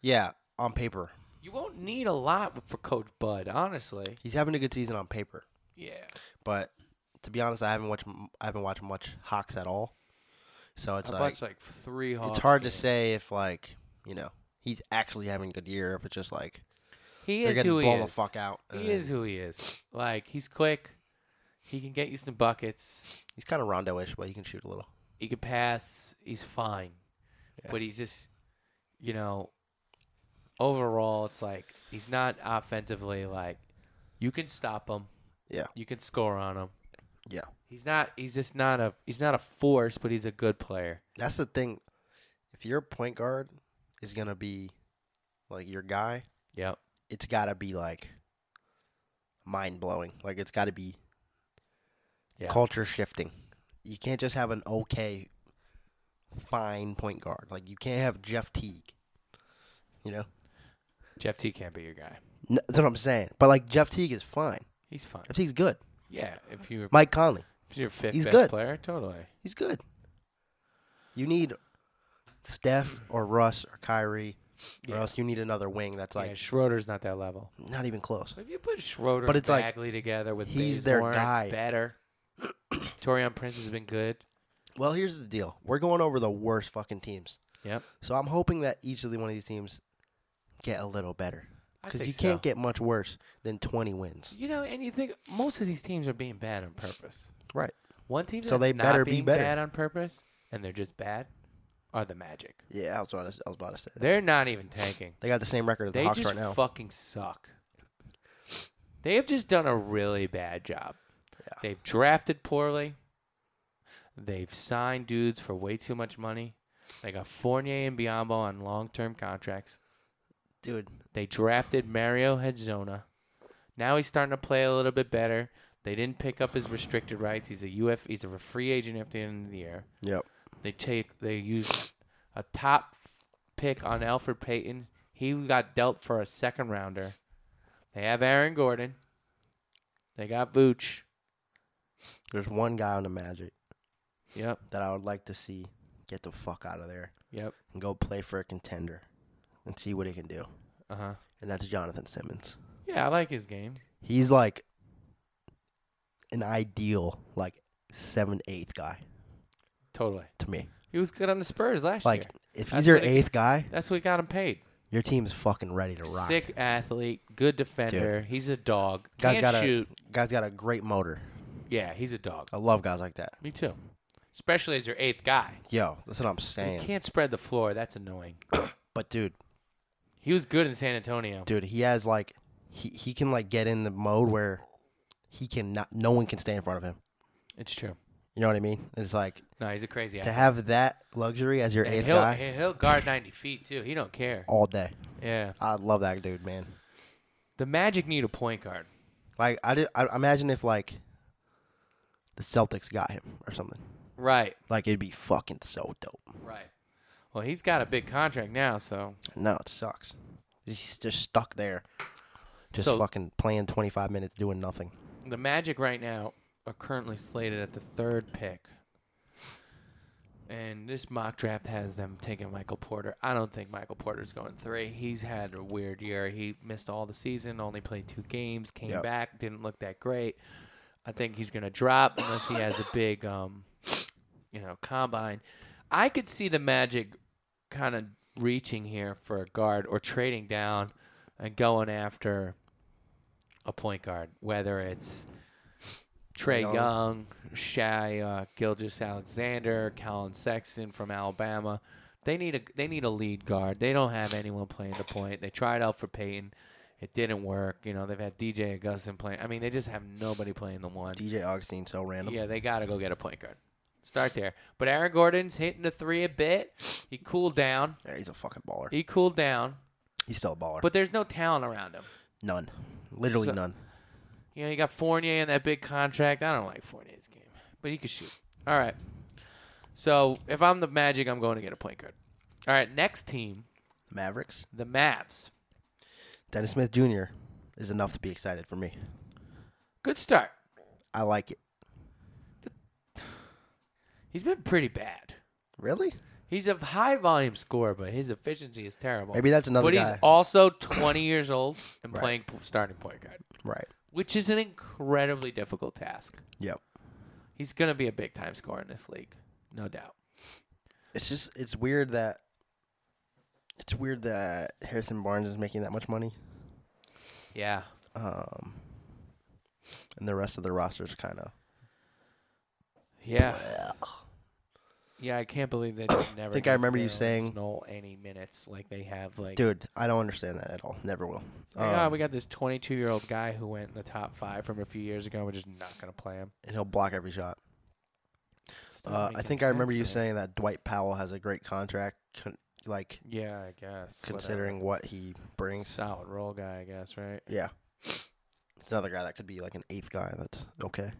Yeah, on paper, You won't need a lot for Coach Bud, honestly. he's having a good season on paper. Yeah, But to be honest, I haven't watched m- I haven't watched much Hawks at all. So it's I like watched like three. Hawks it's hard games. to say if like you know he's actually having a good year. If it's just like He they're is getting who he blown is. the fuck out. Uh, and He is who he is. Like he's quick. He can get you some buckets. He's kind of Rondo-ish, but he can shoot a little. He can pass. He's fine, Yeah. but he's just, you know, overall, it's like he's not offensively like you can stop him. Yeah. you can score on him. Yeah. he's not. He's just not a. He's not a force, but he's a good player. That's the thing. If your point guard is gonna be like your guy, Yep. it's gotta be like mind blowing. Like it's gotta be Yeah. culture shifting. You can't just have an okay, fine point guard. Like you can't have Jeff Teague. You know, Jeff T can't be your guy. N- that's what I'm saying. But like Jeff Teague is fine. He's fine. Jeff Teague's good. Yeah, if you're Mike Conley, if you're fifth he's best good. player, totally. he's good. You need Steph or Russ or Kyrie, or Yeah. else you need another wing that's yeah, like Schroeder's not that level. not even close. If you put Schroeder But and it's like, Bagley together with he's their Bazemore, guy. It's better. Torian Prince has been good. Well, here's the deal. We're going over the worst fucking teams. Yep. So I'm hoping that each of the one of these teams get a little better I because think you can't so. get much worse than 20 wins. You know, and you think most of these teams are being bad on purpose. Right. One team So that's they not better be being better. bad on purpose, and they're just bad, are the Magic. Yeah, I was about to, I was about to say that. They're not even tanking. They got the same record as the They Hawks just right now. fucking suck. They have just done a really bad job. Yeah. They've drafted poorly. They've signed dudes for way too much money. They got Fournier and Biombo on long-term contracts. Dude, They drafted Mario Hedzona. Now he's starting to play a little bit better. They didn't pick up his restricted rights. He's a UF. He's a free agent after the end of the year. Yep. They take. They used a top pick on Alfred Payton. He got dealt for a second rounder. They have Aaron Gordon. They got Vooch. there's one guy on the Magic Yep. that I would like to see get the fuck out of there Yep. and go play for a contender and see what he can do. Uh huh. And that's Jonathan Simmons. Yeah, I like his game. He's like an ideal, like, 7 8th guy Totally. to me. He was good on the Spurs last Like, year. if he's That's your what it- eighth guy, That's what got him paid. Your team's fucking ready to rock. Sick athlete, good defender. He's a dog. Guy's Can't got a- shoot. Guy's got a great motor. Yeah, he's a dog. I love guys like that. Me too. Especially as your eighth guy. Yo, that's what I'm You saying. can't spread the floor. That's annoying. But dude, He was good in San Antonio. dude, he has like he, he can like get in the mode where he can not no one can stay in front of him. It's true. You know what I mean? It's like No, he's a crazy to athlete. have that luxury as your And eighth he'll, guy Oh. he- he'll guard 90 feet, too. He don't care. all day. Yeah. I love that dude, man. The Magic need a point guard. Like I, did, I imagine if like the Celtics got him or something. Right. Like it'd be fucking so dope. Right. Well, he's got a big contract now, so No, it sucks. He's just stuck there, just So- fucking playing 25 minutes doing nothing. the Magic right now are currently slated at the third pick. And this mock draft has them taking Michael Porter. I don't think Michael Porter's going three. He's had a weird year. He missed all the season, only played two games, came Yep. back, didn't look that great. I think he's going to drop unless he has a big, um, you know, combine. I could see the Magic kind of reaching here for a guard or trading down and going after a point guard, whether it's Trey Young. Young, Shai uh, Gilgis Alexander, Colin Sexton from Alabama. They need a they need a lead guard. They don't have anyone playing the point. They tried out for Peyton. It didn't work. You know, they've had DJ Augustin playing. I mean, they just have nobody playing the one. DJ Augustine so random. Yeah, they got to go get a point guard. Start there. But Aaron Gordon's hitting the three a bit. He cooled down. Yeah, he's a fucking baller. He cooled down. He's still a baller. But there's no talent around him. none, literally So- none. You know, you got Fournier in that big contract. I don't like Fournier's game, but he could shoot. All right. So if I'm the Magic, I'm going to get a point guard. All right. Next team, Mavericks. the Mavs. Dennis Smith Jr. is enough to be excited for me. Good start. I like it. He's been pretty bad. Really? He's a high volume scorer, but his efficiency is terrible. Maybe that's another but guy. he's also 20 years old and Right. playing p- starting point guard, right. which is an incredibly difficult task. Yep. He's going to be a big time scorer in this league, no doubt. It's just it's weird that it's weird that Harrison Barnes is making that much money. Yeah. Um and the rest of the roster's kind of Yeah. Yeah, I can't believe they did never. Think I give remember you Darren saying- Snow any minutes like they have like. Dude, I don't understand that at all. Never will. like, oh, Um, we got this 22 year old guy who went in the top five from a few years ago. We're just not gonna play him. and he'll block every shot. This doesn't Uh, make I any think I remember sense you to me. saying that Dwight Powell has a great contract con- like Yeah, I guess. whatever. considering what he brings. solid role guy, I guess, right? Yeah. It's another guy that could be like an eighth guy. That's okay.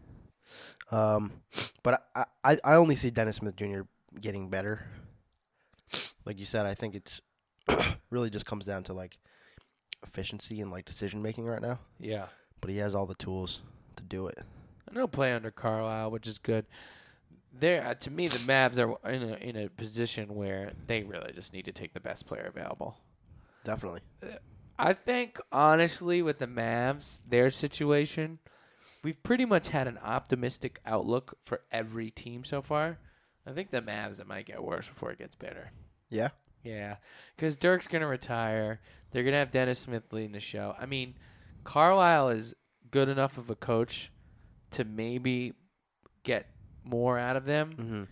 Um, but I, I, I only see Dennis Smith Jr. getting better. Like you said, I think it's really just comes down to like efficiency and like decision making right now. Yeah, But he has all the tools to do it. and he'll play under Carlisle, which is good. There, uh, to me, the Mavs are in a in a position where they really just need to take the best player available. Definitely. I think honestly, with the Mavs, their situation, we've pretty much had an optimistic outlook for every team so far. I think the Mavs it might get worse before it gets better. Yeah. Yeah, because Dirk's gonna retire. They're gonna have Dennis Smith leading the show. I mean, Carlisle is good enough of a coach to maybe get more out of them Mm-hmm.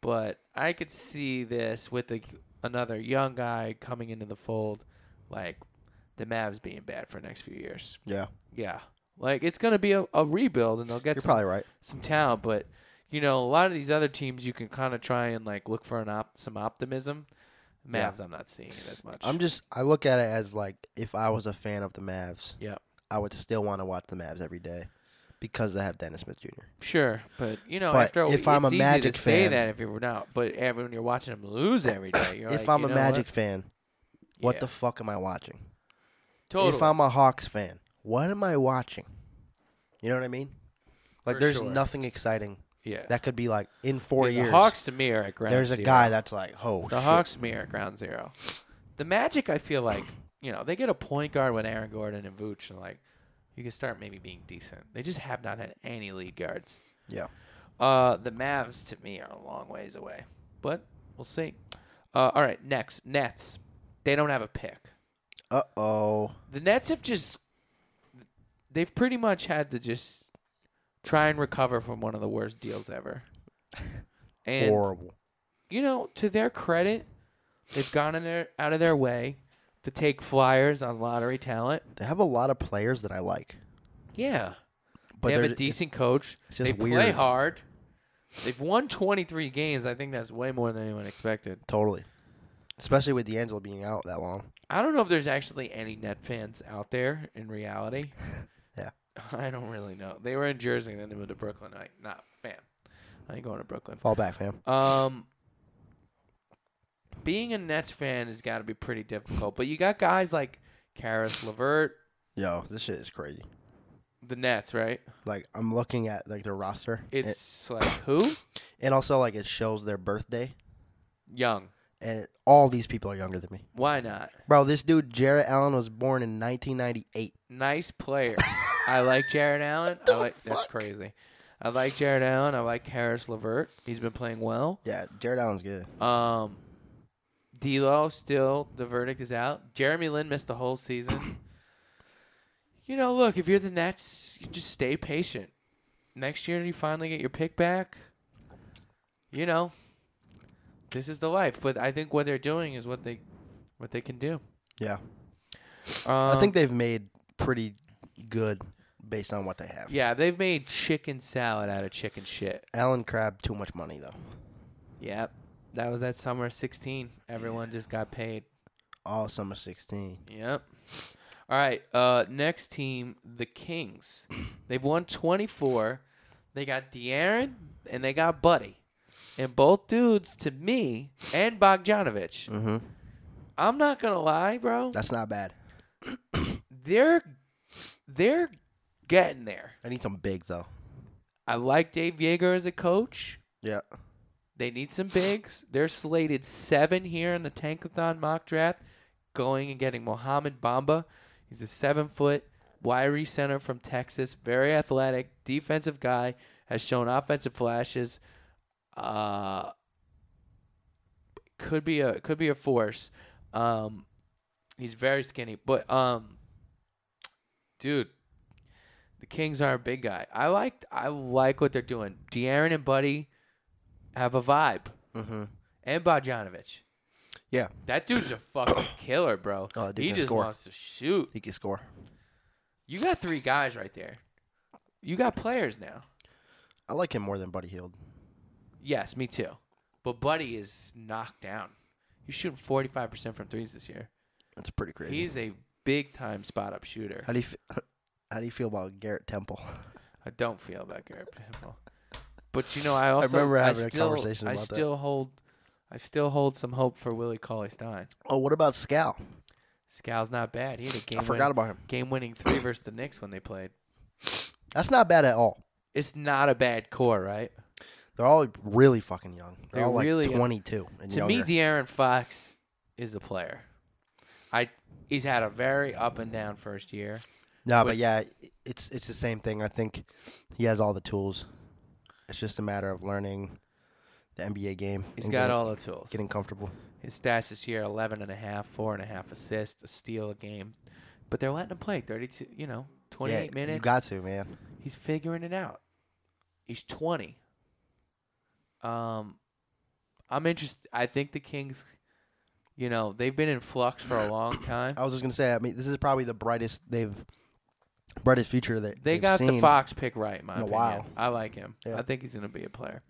but I could see this with a, another young guy coming into the fold, like the Mavs being bad for the next few years. Yeah. Yeah, like it's gonna be a, a rebuild, and they'll get You're some, probably right. some talent. But you know, a lot of these other teams, you can kind of try and like look for an op- some optimism. Yeah. Mavs, I'm not seeing it as much. I'm just I look at it as like if I was a fan of the Mavs, Yeah. I would still want to watch the Mavs every day because they have Dennis Smith Jr. sure, but you know, But after a- if I'm it's a easy Magic to say fan- that if you're not, but eh, when you're watching them lose every day, you're if like, I'm you a know Magic fan, what, what Yeah, the fuck am I watching? totally. If I'm a Hawks fan, what am I watching? You know what I mean? Like, For there's sure. nothing exciting yeah, that could be like in four Yeah, years. The Hawks to me are at ground there's a zero. guy that's like, oh, The shit. Hawks to me are at ground zero. The Magic, I feel like, you know, they get a point guard with Aaron Gordon and Vooch, and like, you can start maybe being decent. They just have not had any lead guards. Yeah. Uh, the Mavs to me are a long ways away, but we'll see. Uh, all right, next Nets. They don't have a pick. Uh oh. The Nets have just, they've pretty much had to just try and recover from one of the worst deals ever. And Horrible. you know, to their credit, they've gone in there out of their way to take flyers on lottery talent. They have a lot of players that I like. Yeah, But they have there's- a decent coach. it's just they play weird. hard. They've won 23 games. I think that's way more than anyone expected. Totally. especially with D'Angelo being out that long. I don't know if there's actually any net fans out there in reality. Yeah. I don't really know. They were in Jersey and then they moved to Brooklyn. I not a fan. I ain't going to Brooklyn. Fall back, fam. Um being a Nets fan has got to be pretty difficult, but you got guys like Karis Levert, Yo, this shit is crazy. the Nets, right? Like I'm looking at like their roster. and, It's like who? and also like it shows their birthday, Young. and all these people are younger than me, Why not? bro. This dude Jarrett Allen was born in 1998. Nice player. I like Jared Allen. I the like that's fuck? crazy. I like Jared Allen. I like Karis Levert. He's been playing well. Yeah, Jarrett Allen's good. Um, D'Lo still the verdict is out. Jeremy Lin missed the whole season. you know, look if you're the Nets, you just stay patient. Next year, you finally get your pick back. You know, this is the life. But I think what they're doing is what they, what they can do. Yeah, Um, I think they've made pretty good based on what they have. yeah, they've made chicken salad out of chicken shit. Allen Crab too much money though. Yep, that was that summer of sixteen. Everyone just got paid. All summer 16. Yep. All right. Uh, next team, the Kings. They've won 24. They got De'Aaron and they got Buddy, and both dudes to me and Bogdanovich. Mm-hmm. I'm not gonna lie, bro. That's not bad. They're they're getting there. I need some bigs though. I like Dave Yeager as a coach. Yeah. They need some bigs. They're slated seven here in the Tankathon mock draft, going and getting Mohamed Bamba. He's a seven foot, wiry center from Texas, very athletic, defensive guy, has shown offensive flashes. Uh, could be a could be a force. Um, he's very skinny, but um, dude, the Kings are a big guy. I like I like what they're doing. De'Aaron and Buddy have a vibe. Mm-hmm. And Bogdanovich. Yeah. That dude's a fucking killer, bro. Oh, that dude he can just score. wants to shoot. He can score. You got three guys right there. You got players now. I like him more than Buddy Hield. Yes, me too. But Buddy is knocked down. He's shooting 45% from threes this year. That's pretty crazy. He's a big time spot up shooter. how do you f- how do you feel about Garrett Temple? I don't feel that Garrett Temple. But you know, I also remember having a still, conversation I about that. still hold I still hold some hope for Willie Cauley Stein. Oh, what about Scal? Scal's not bad. He had a game I forgot win- about him. game winning three versus the Knicks when they played. That's not bad at all. it's not a bad core, right? They're all really fucking young. They're, They're all like really young. 22 and to younger. me, De'Aaron Fox is a player. I he's had a very up and down first year. no, but- but yeah, it's it's the same thing. I think he has all the tools. It's just a matter of learning the NBA game. He's and got getting, all the tools. getting comfortable. His stats this year: 11 and a half, four and a half assists, a steal a game. But they're letting him play 32, you know, 28 yeah, minutes. You got to, man. he's figuring it out. He's 20. Um, I'm interested. I think the Kings, you know, they've been in flux for a long time. I was just gonna say. I mean, this is probably the brightest they've brightest future that They they've got seen. the Fox pick right, in my in a opinion. while. I like him. Yeah. I think he's going to be a player.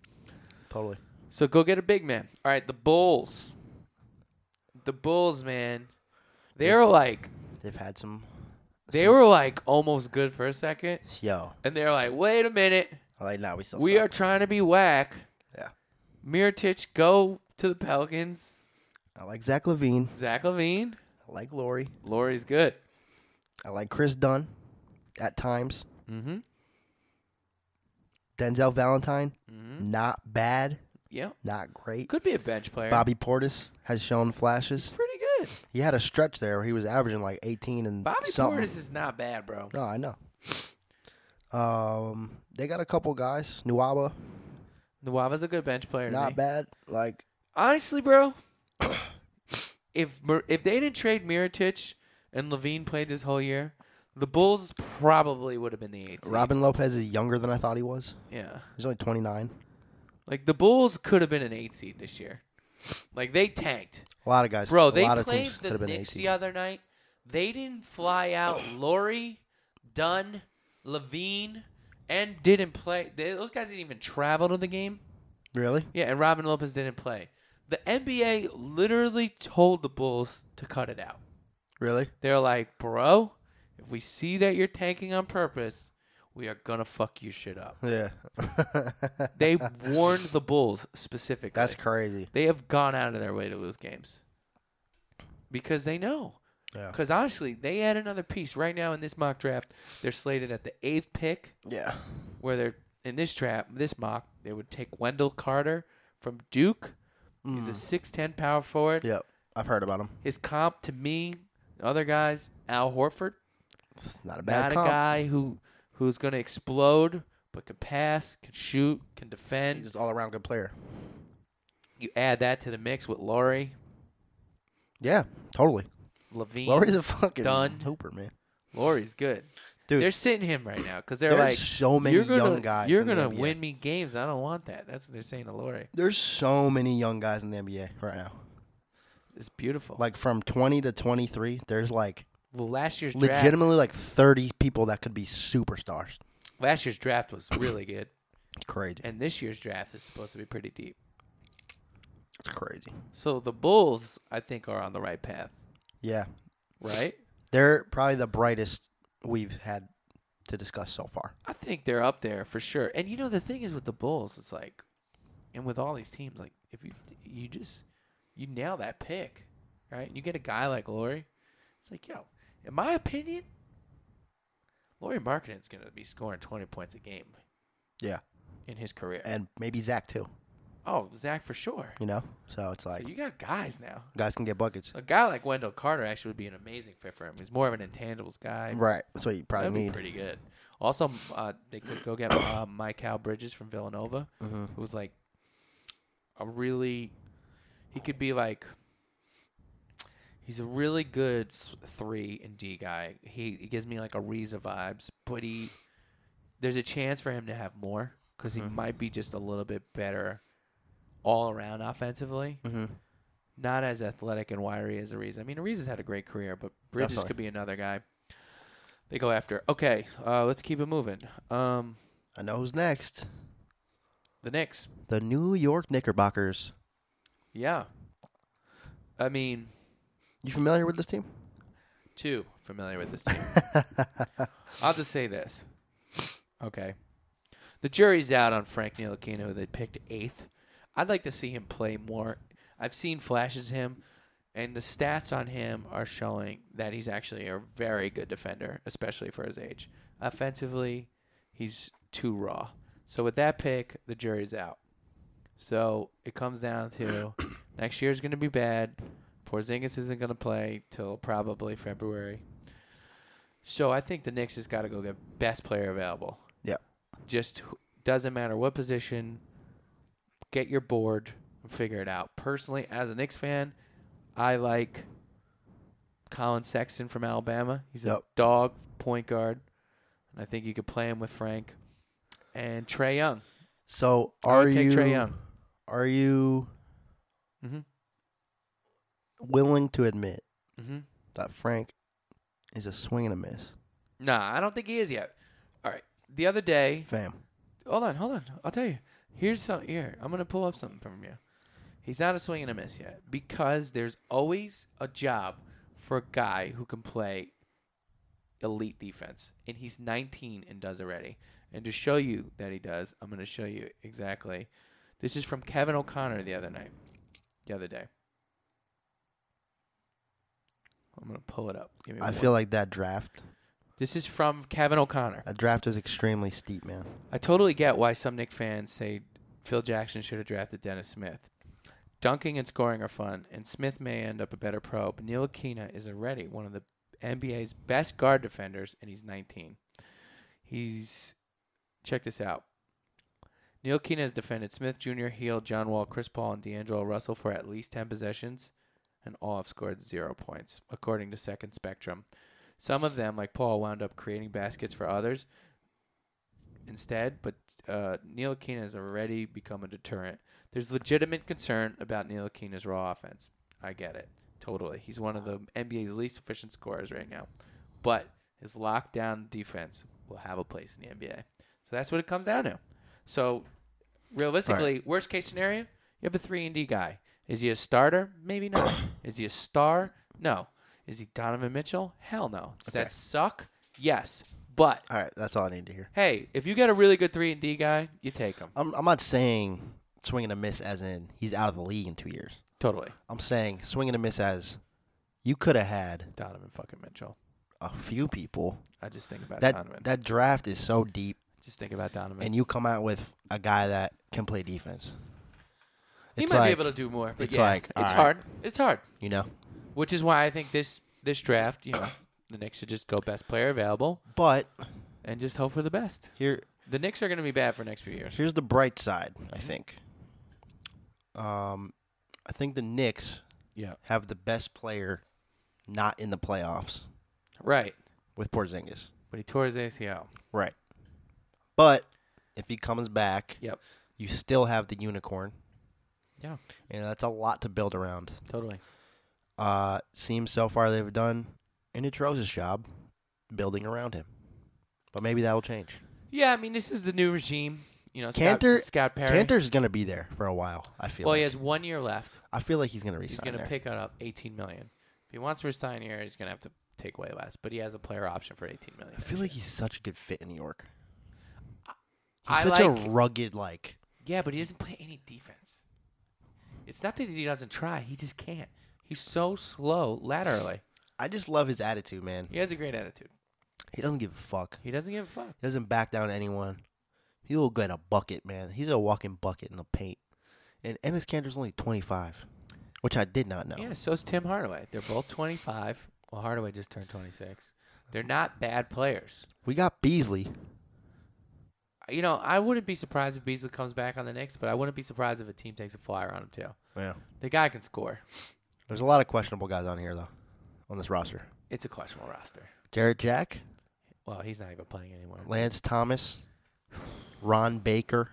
Totally. So go get a big man. All right, the Bulls. The Bulls, man. They were like They've had some. they some- were like almost good for a second, Yo, and they're like, wait a minute, like now we still. we suck. are trying to be whack. Yeah. Miritich, go to the Pelicans. I like Zach Levine. Zach Levine, I like Lori. Lori's good. I like Chris Dunn. At times, Mm-hmm. Denzel Valentine. Mhm. Not bad. Yeah, Not great. could be a bench player. Bobby Portis has shown flashes. pretty good. He had a stretch there where he was averaging like 18 and Bobby something. Portis is not bad, bro. No, I know. Um, they got a couple guys. Nuaba, Nuava's a good bench player. to me. not bad. Like Honestly, bro, if Mir- if they didn't trade Miritich and Levine played this whole year, the Bulls probably would have been the eighth. seed. Robin Lopez is younger than I thought he was. yeah, He's only 29. like the Bulls could have been an eight seed this year. Like they tanked, A lot of guys. bro. a They lot of played teams could the have been Knicks 18. the other night. They didn't fly out Laurie, Dunn, Levine, and didn't play. They, those guys didn't even travel to the game. Really? Yeah, and Robin Lopez didn't play. The NBA literally told the Bulls to cut it out. Really? They're like, bro, if we see that you're tanking on purpose, we are gonna fuck you shit up. Yeah. They warned the Bulls specifically. That's crazy. They have gone out of their way to lose games because they know. Yeah. Because honestly, they add another piece right now in this mock draft. They're slated at the eighth pick, Yeah. where they're in this trap, this mock. They would take Wendell Carter from Duke. He's Mm. a six ten power forward. Yep. I've heard about him. His comp to me, other guys, Al Horford, It's not a not bad a comp. guy who who's going to explode, but can pass, can shoot, can defend. He's just all around good player. You add that to the mix with Laurie, Yeah, totally. Levine. Lowry's a fucking Dunn. hooper, man. Laurie's good. Dude. they're sitting him right now because they're There's like, so many you're gonna, young guys. You're in the gonna NBA. win me games. I don't want that. That's what they're saying to Laurie. There's so many young guys in the NBA right now. It's beautiful. Like from 20 to 23, there's like well, last year's draft, legitimately like 30 people that could be superstars. last year's draft was really good, It's crazy. and this year's draft is supposed to be pretty deep. It's crazy. So the Bulls, I think, are on the right path, Yeah. right? They're probably the brightest we've had to discuss so far. I think they're up there for sure. And you know the thing is with the Bulls, it's like, and with all these teams, like if you you just you nail that pick, right? You get a guy like Laurie, it's like yo, in my opinion, Laurie Markkinen's gonna be scoring twenty points a game Yeah. in his career. And maybe Zach too, oh, Zach for sure. you know? So it's like so you got guys now. guys can get buckets. A guy like Wendell Carter actually would be an amazing fit for him. He's more of an intangibles guy. Right. That's what you probably That'd be need. pretty good. Also, uh, they could go get uh, Michael Bridges from Villanova, Mm-hmm. who was like a really. He could be like. He's a really good s- three and D guy. He, he gives me like a Reza vibes, but he there's a chance for him to have more because he might be just a little bit better all around offensively. hmm Not as athletic and wiry as Ariza. I mean, Ariza's had a great career, but Bridges Definitely. could be another guy they go after. Okay, uh, let's keep it moving. Um, I know who's next. the Knicks. The New York Knickerbockers. Yeah. I mean, You familiar with this team? too familiar with this team. I'll just say this. Okay. The jury's out on Frank Ntilikina, who they picked eighth. I'd like to see him play more. I've seen flashes of him, and the stats on him are showing that he's actually a very good defender, especially for his age. Offensively, he's too raw. So with that pick, the jury's out. So it comes down to next year's going to be bad. Porzingis isn't going to play till probably February. So I think the Knicks has got to go get best player available. Yep. Just who- doesn't matter what position. Get your board and figure it out. Personally, as a Knicks fan, I like Colin Sexton from Alabama. He's a Yep. dog point guard, and I think you could play him with Frank and Trey Young. So I would are take you Trae Young. are you Mm-hmm. willing to admit Mm-hmm. that Frank is a swing and a miss? Nah, I don't think he is yet. All right. The other day, Fam. hold on, hold on. I'll tell you. Here's some. Here, I'm gonna pull up something from you. He's not a swing and a miss yet because there's always a job for a guy who can play elite defense, and he's 19 and does already. And to show you that he does, I'm gonna show you exactly. This is from Kevin O'Connor the other night, the other day. I'm gonna pull it up. Give me I one. feel like that draft this is from Kevin O'Connor. that draft is extremely steep, man. I totally get why some Nick fans say Phil Jackson should have drafted Dennis Smith. Dunking and scoring are fun, and Smith may end up a better pro, but Neil Akina is already one of the NBA's best guard defenders, and he's 19. He's. Check this out. Neil Keena has defended Smith Jr., Heel, John Wall, Chris Paul, and D'Angelo Russell for at least 10 possessions, and all have scored zero points, according to Second Spectrum. Some of them, like Paul, wound up creating baskets for others, instead, but uh, Neil Keane has already become a deterrent. There's legitimate concern about Neil Keena's raw offense. I get it. Totally. He's one of the NBA's least efficient scorers right now. But his lockdown defense will have a place in the NBA. So that's what it comes down to. So realistically, worst case scenario, you have a 3 and D guy. Is he a starter? Maybe not. Is he a star? No. Is he Donovan Mitchell? Hell no. Does Okay. that suck? Yes. But All right, that's all I need to hear. hey, if you got a really good three and D guy, you take him. I'm, I'm not saying swing and a miss as in he's out of the league in two years. Totally. I'm saying swing and a miss as you could have had Donovan fucking Mitchell. a few people. I just think about That Donovan. that draft is so deep, just think about Donovan. and you come out with a guy that can play defense. he it's might like- be able to do more. But it's yeah, like, it's all right. hard. It's hard. You know, Which is why I think this this draft, you know, the Knicks should just go best player available but and just hope for the best. here The Knicks are going to be bad for the next few years. here's the bright side. I Mm-hmm. think. Um, I think the Knicks Yeah. have the best player, not in the playoffs Right. with Porzingis. But he tore his ACL. Right. But if he comes back, Yep. you still have the unicorn. Yeah. And that's a lot to build around. Totally. Uh seems so far they've done an atrocious job building around him. But maybe that will change. Yeah, I mean, this is the new regime. You know, Cantor- Scott, Scott Perry. Cantor's gonna be there for a while, I feel well, like. he has one year left. I feel like he's gonna He's resign going to there. pick up 18 million. If he wants to resign here, he's going to have to take way less. But he has a player option for 18 million. I feel like he's such a good fit in New York. He's I such a like- rugged like yeah, but he doesn't play any defense. It's not that he doesn't try; he just can't. He's so slow laterally. I just love his attitude, man. He has a great attitude. He doesn't give a fuck. He doesn't give a fuck. He doesn't back down to anyone. He will get a bucket, man. He's a walking bucket in the paint. And Ennis Cantor's only 25, which I did not know. Yeah, so's Tim Hardaway. They're both 25. Well, Hardaway just turned 26. They're not bad players. We got Beasley. You know, I wouldn't be surprised if Beasley comes back on the Knicks, but I wouldn't be surprised if a team takes a flyer on him too. Yeah. The guy can score. There's a lot of questionable guys on here, though, on this roster. It's a questionable roster. Jarrett Jack, Well, he's not even playing anymore. Lance Thomas, Ron Baker,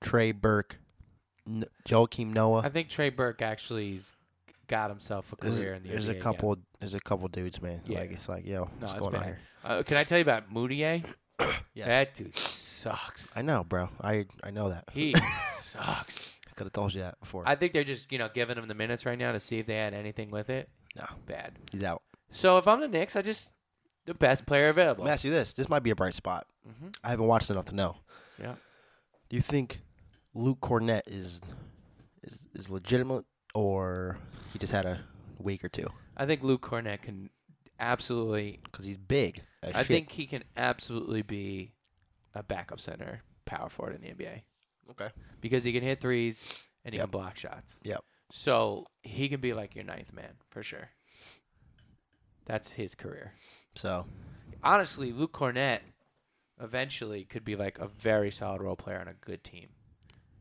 Trey Burke, N- Joakim I Noah. think Trey Burke actually's got himself a There's, career in the there's NBA a again. couple. There's a couple dudes, man. Yeah. Like it's like, yo, No, what's it's going on bad. here? Uh, can I tell you about Moutier? Yes. That dude sucks. I know, bro. I I know that. He sucks. I could have told you that before. I think they're just you know giving him the minutes right now to see if they had anything with it. no, Bad. he's out. So if I'm the Knicks, I just the best player available. Let me ask you this. This might be a bright spot. hmm I haven't watched enough to know. Yeah. Do you think Luke Cornett is is is legitimate or he just had a week or two? I think Luke Cornett can absolutely. Because he's big. as I shit. think he can absolutely be a backup center, power forward in the NBA Okay. because he can hit threes and he Yep. can block shots. Yep. So he can be like your ninth man for sure. That's his career. So honestly, Luke Cornett eventually could be like a very solid role player on a good team.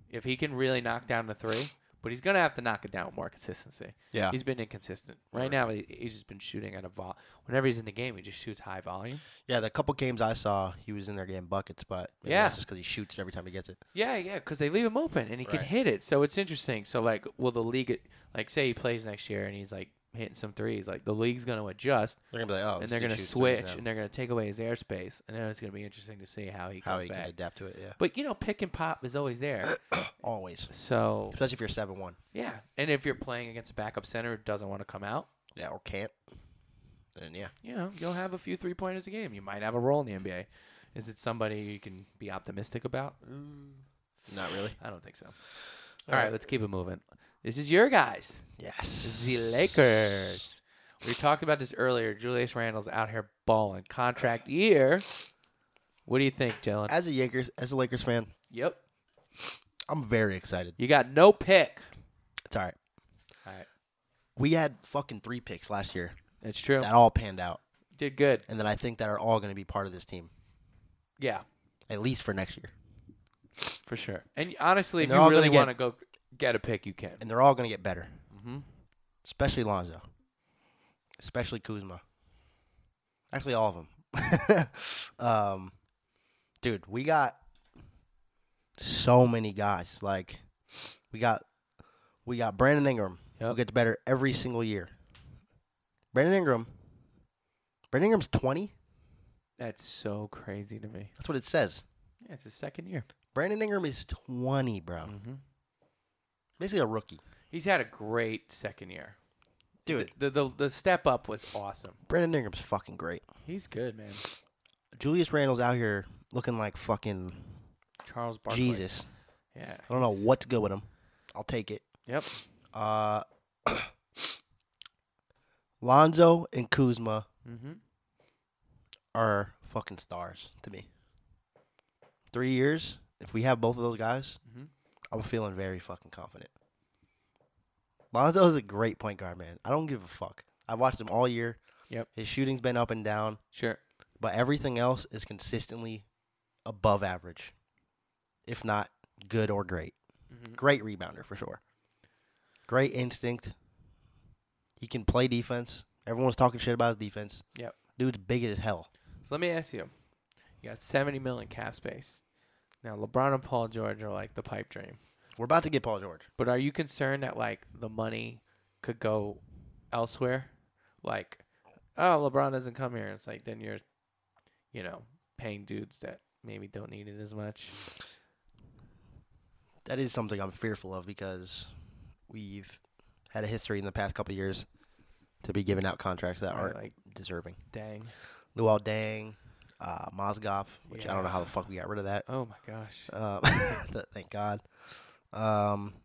If he can really knock down the three, but he's going to have to knock it down with more consistency. yeah, He's been inconsistent. Right now, he, he's just been shooting at a vol. Whenever he's in the game, he just shoots high volume. yeah. The couple games I saw, he was in there getting buckets, but maybe Yeah. that's just because he shoots every time he gets it. Yeah, yeah, because they leave him open and he can Right. hit it. So it's interesting. So, like, will the league, like, say he plays next year and he's like hitting some threes, like, the league's going to adjust They're gonna be like, oh, and this they're dude going to shoots threes switch now. and they're going to take away his airspace. And then it's going to be interesting to see how he comes how he back. can adapt to it. Yeah, But you know, pick and pop is always there. always, So especially if you're seven one. yeah, and if you're playing against a backup center who doesn't want to come out, Yeah, or can't. And yeah, you know you'll have a few three pointers a game. You might have a role in the NBA. Is it somebody you can be optimistic about? Mm, not really. I don't think so. All right, let's keep it moving. This is your guys, Yes. the Lakers. We talked about this earlier. Julius Randle's out here balling. Contract year. What do you think, Jalen? As a Lakers, as a Lakers fan, Yep. I'm very excited. You got no pick. It's all right. All right. We had fucking three picks last year It's true. that all panned out, Did good. and that I think that are all going to be part of this team Yeah. at least for next year, For sure. And honestly, And if they're all you really gonna get- want to go get a pick, you can. and they're all going to get better, hmm especially Lonzo, especially Kuzma, actually all of them. um, dude, we got so many guys. Like we got we got Brandon Ingram, who Yep. gets better every single year. Brandon Ingram. Brandon Ingram's twenty. That's so crazy to me. That's what it says. Yeah, it's his second year. Brandon Ingram is 20, bro. Mm-hmm. Basically a rookie. He's had a great second year. Dude, The the, the step up was awesome. Brandon Ingram's fucking great. He's good, man. Julius Randle's out here looking like fucking Charles Barkley. Jesus. Yeah. I don't know he's- what's good with him. I'll take it. Yep. Uh, Lonzo and Kuzma Mm-hmm. are fucking stars to me. Three years, if we have both of those guys, Mhm. I'm feeling very fucking confident. Lonzo is a great point guard, man. I don't give a fuck. I watched him all year. Yep. His shooting's been up and down, Sure. but everything else is consistently above average, if not good or great. Mhm. Great rebounder for sure. Great instinct. He can play defense. Everyone's talking shit about his defense. Yep. Dude's big as hell. So let me ask you. You got 70 million cap space. Now LeBron and Paul George are like the pipe dream. We're about to get Paul George. But are you concerned that like the money could go elsewhere? Like, oh, LeBron doesn't come here. It's like then you're, you know, paying dudes that maybe don't need it as much. That is something I'm fearful of because we've had a history in the past couple of years to be giving out contracts that Right, aren't like, deserving. dang. Luol Dang, uh, Mozgov, which I don't know Yeah. how the fuck we got rid of that. Oh my gosh. Uh, th- thank God. Um,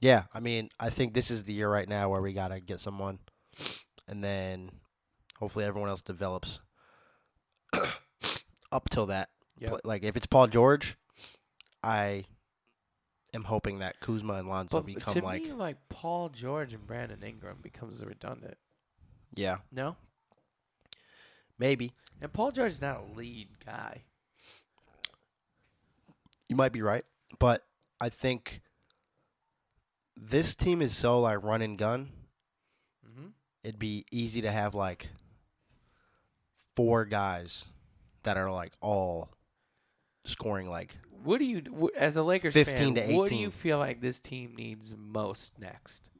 yeah, I mean, I think this is the year right now where we gotta get someone, and then hopefully everyone else develops. Up till that, Yep. Pl- like if it's Paul George, I am hoping that Kuzma and Lonzo But become to like me, like Paul George and Brandon Ingram becomes redundant. yeah, No, maybe and Paul George is not a lead guy. you might be right, but I think this team is so like run and gun Mm-hmm. it'd be easy to have like four guys that are like all scoring like What do you, wh- as a Lakers 15 fan, to what do you 18. feel like this team needs most next,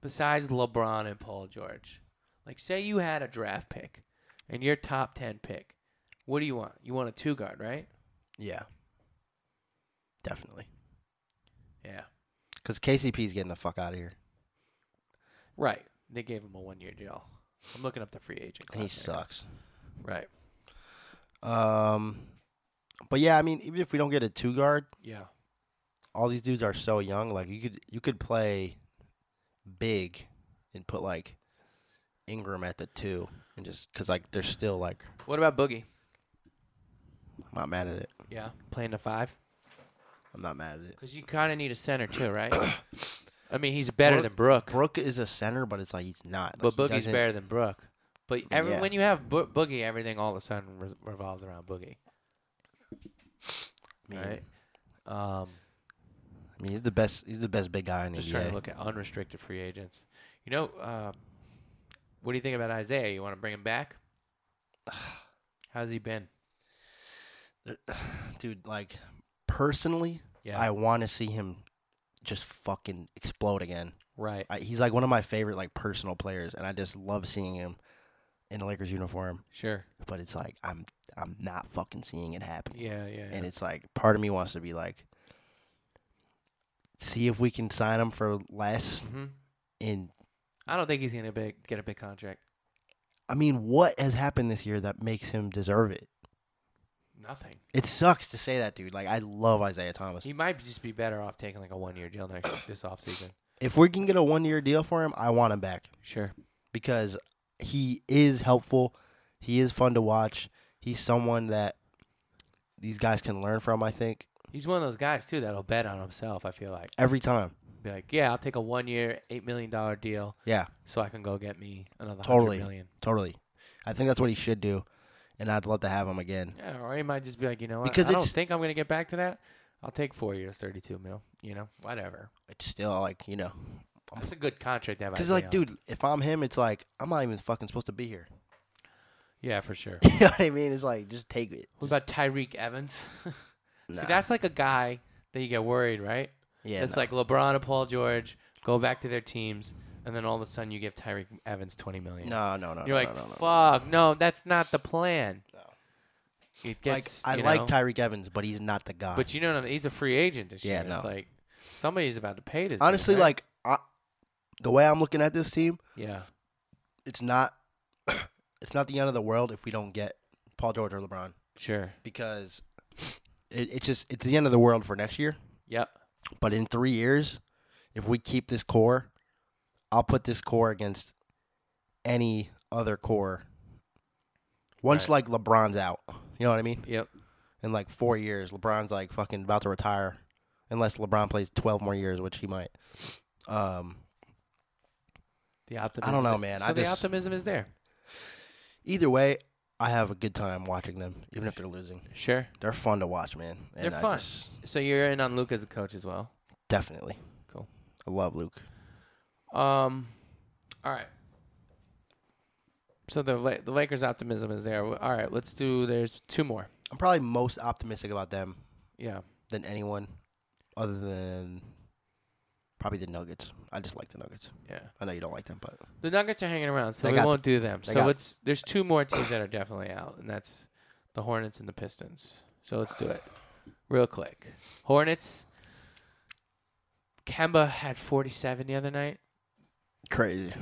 besides LeBron and Paul George? Like, say you had a draft pick, and your top ten pick. What do you want? You want a two guard, right? yeah definitely Yeah, because kcp's getting the fuck out of here right. They gave him a one year deal. I'm looking up the free agent. and he class right now. sucks Right. um but yeah i mean even if we don't get a two guard Yeah. all these dudes are so young like you could you could play big and put like ingram at the two and just because like they're still like What about Boogie? i'm not mad at it Yeah, playing the five. i'm not mad at it Because you kind of need a center too, right? I mean, he's better than Brook, Brooke is a center, but it's like he's not. but Like, he Boogie's doesn't- better than Brook. But every, Yeah. when you have Bo- Boogie, everything all of a sudden re- revolves around Boogie, I mean, right? Um, I mean, he's the best. He's the best big guy in the just trying to NBA. look at unrestricted free agents. You know, uh, what do you think about Isaiah? You want to bring him back? How's he been? Dude, like personally, Yeah, I want to see him just fucking explode again. right. I, he's like one of my favorite like personal players, and I just love seeing him in a Lakers uniform. Sure. But it's like I'm I'm not fucking seeing it happen, Yeah, yeah. yeah. and it's like part of me wants to be like, see if we can sign him for less. hmm And I don't think he's gonna big, get a big contract. I mean, what has happened this year that makes him deserve it? Nothing. It sucks to say that, dude. Like I love Isaiah Thomas. He might just be better off taking like a one year deal next this offseason. If we can get a one year deal for him, I want him back Sure. because he is helpful. He is fun to watch. He's someone that these guys can learn from, I think, He's one of those guys too that'll bet on himself, I feel like. every time. Be like, Yeah, I'll take a one year, eight million dollar deal Yeah, so I can go get me another Totally. hundred million. totally. I think that's what he should do. And I'd love to have him again. Yeah, or he might just be like, you know what, Because I don't it's- think I'm gonna get back to that. I'll take four years, thirty two mil, you know, whatever. It's still like, you know, That's a good contract to have because, Isaiah like, on. dude, if I'm him, it's like, I'm not even fucking supposed to be here. Yeah, for sure. you know what I mean? It's like, just take it. What Just- about Tyreek Evans? nah. See that's like a guy that you get worried, right? yeah, It's nah. like LeBron and Paul George go back to their teams and then all of a sudden you give Tyreek Evans twenty million. no, no, no. You're no, like, no, no, no. fuck, no, that's not the plan. It gets, like, I you like know, Tyreek Evans, but he's not the guy. but you know what I mean. He's a free agent this Yeah, year. It's no. like somebody's about to pay this. dude, Honestly, right? like I, the way I'm looking at this team, Yeah. it's not it's not the end of the world if we don't get Paul George or LeBron Sure. because it, it's just it's the end of the world for next year. Yep. But in three years, if we keep this core, I'll put this core against any other core. Once like LeBron's out, you know what I mean? Yep. In like four years, LeBron's like fucking about to retire, unless LeBron plays twelve more years, which he might. Um, The optimism. know, man. So I the just- optimism is there. either way, I have a good time watching them, even if they're losing. Sure. They're fun to watch, man. And They're I fun. just- So you're in on Luke as a coach as well. definitely. Cool. I love Luke. Um. All right. So the La- the Lakers' optimism is there. All right, let's do. There's two more. I'm probably most optimistic about them Yeah. than anyone other than probably the Nuggets. I just like the Nuggets. Yeah. I know you don't like them, but The Nuggets are hanging around, so They we got won't do them. they So got- let's. There's two more teams that are definitely out, and that's the Hornets and the Pistons. So let's do it, real quick. Hornets. Kemba had 47 the other night. crazy.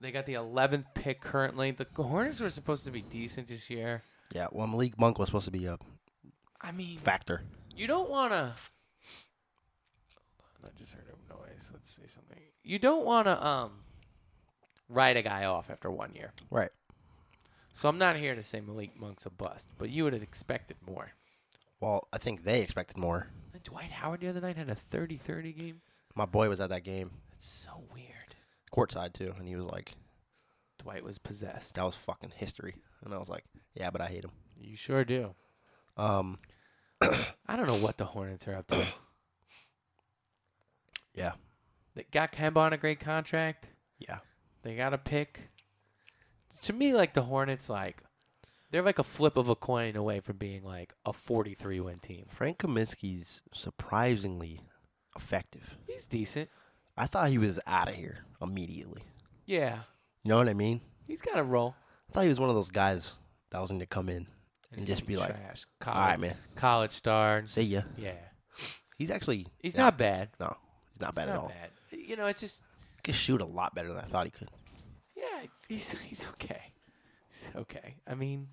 They got the 11th pick currently. The Hornets were supposed to be decent this year. Yeah, well, Malik Monk was supposed to be a I mean, factor. You don't want to. I just heard a noise. Let's say something. You don't want to um write a guy off after one year. Right. So I'm not here to say Malik Monk's a bust, but you would have expected more. Well, I think they expected more. And Dwight Howard the other night had a 30-30 game. My boy was at that game, That's so weird. courtside too, and he was like, Dwight was possessed. "That was fucking history." And I was like, "Yeah, but I hate him." You sure do. Um, I don't know what the Hornets are up to. yeah, They got Kemba on a great contract. yeah. They got a pick. To me, like the Hornets, like they're like a flip of a coin away from being like a 43 win team. Frank Kaminsky's surprisingly effective. He's decent. I thought he was out of here immediately. Yeah, You know what I mean? he's got a role. I thought he was one of those guys that was going to come in and just be like, trash. "All college, right, man." college star. and See just- ya. Yeah, He's actually he's yeah, not bad. no, he's not bad he's at not all. bad. You know, it's just He could shoot a lot better than I thought he could. yeah, he's he's okay. He's okay. I mean,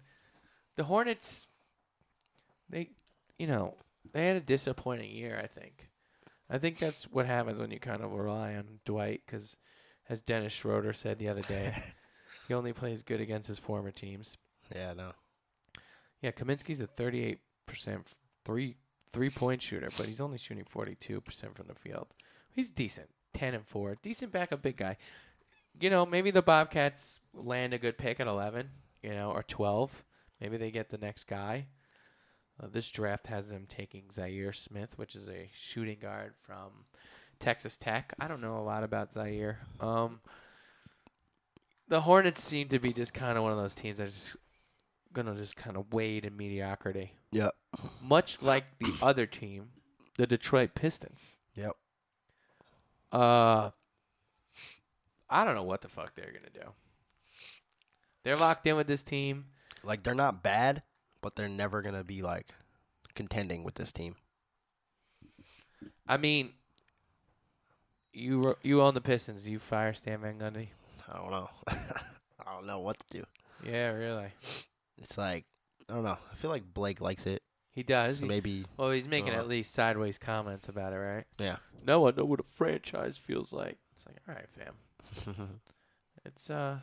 the Hornets, they, you know, they had a disappointing year. I think. I think that's what happens when you kind of rely on Dwight, because as Dennis Schroeder said the other day, he only plays good against his former teams. Yeah, no. Yeah, Kaminsky's a 38% f- three three point shooter, but he's only shooting 42% from the field. He's decent, 10 and 4, decent backup big guy. You know, maybe the Bobcats land a good pick at 11, you know, or 12. Maybe they get the next guy. Uh, this draft has them taking Zaire Smith, which is a shooting guard from Texas Tech. I don't know a lot about Zaire. Um, the Hornets seem to be just kind of one of those teams that's just gonna just kind of wade in mediocrity, Yep. much like the other team, the Detroit Pistons. Yep. Uh, I don't know what the fuck they're gonna do. They're locked in with this team. Like they're not bad, but they're never going to be like contending with this team. I mean, you ro- you own the Pistons. You fire Stan Van Gundy. I don't know. I don't know what to do. Yeah, really. It's like I don't know. I feel like Blake likes it. He does. So He- maybe well, he's making Uh-huh. at least sideways comments about it, right? yeah. No, I know what a franchise feels like. It's like, all right, fam. It's uh,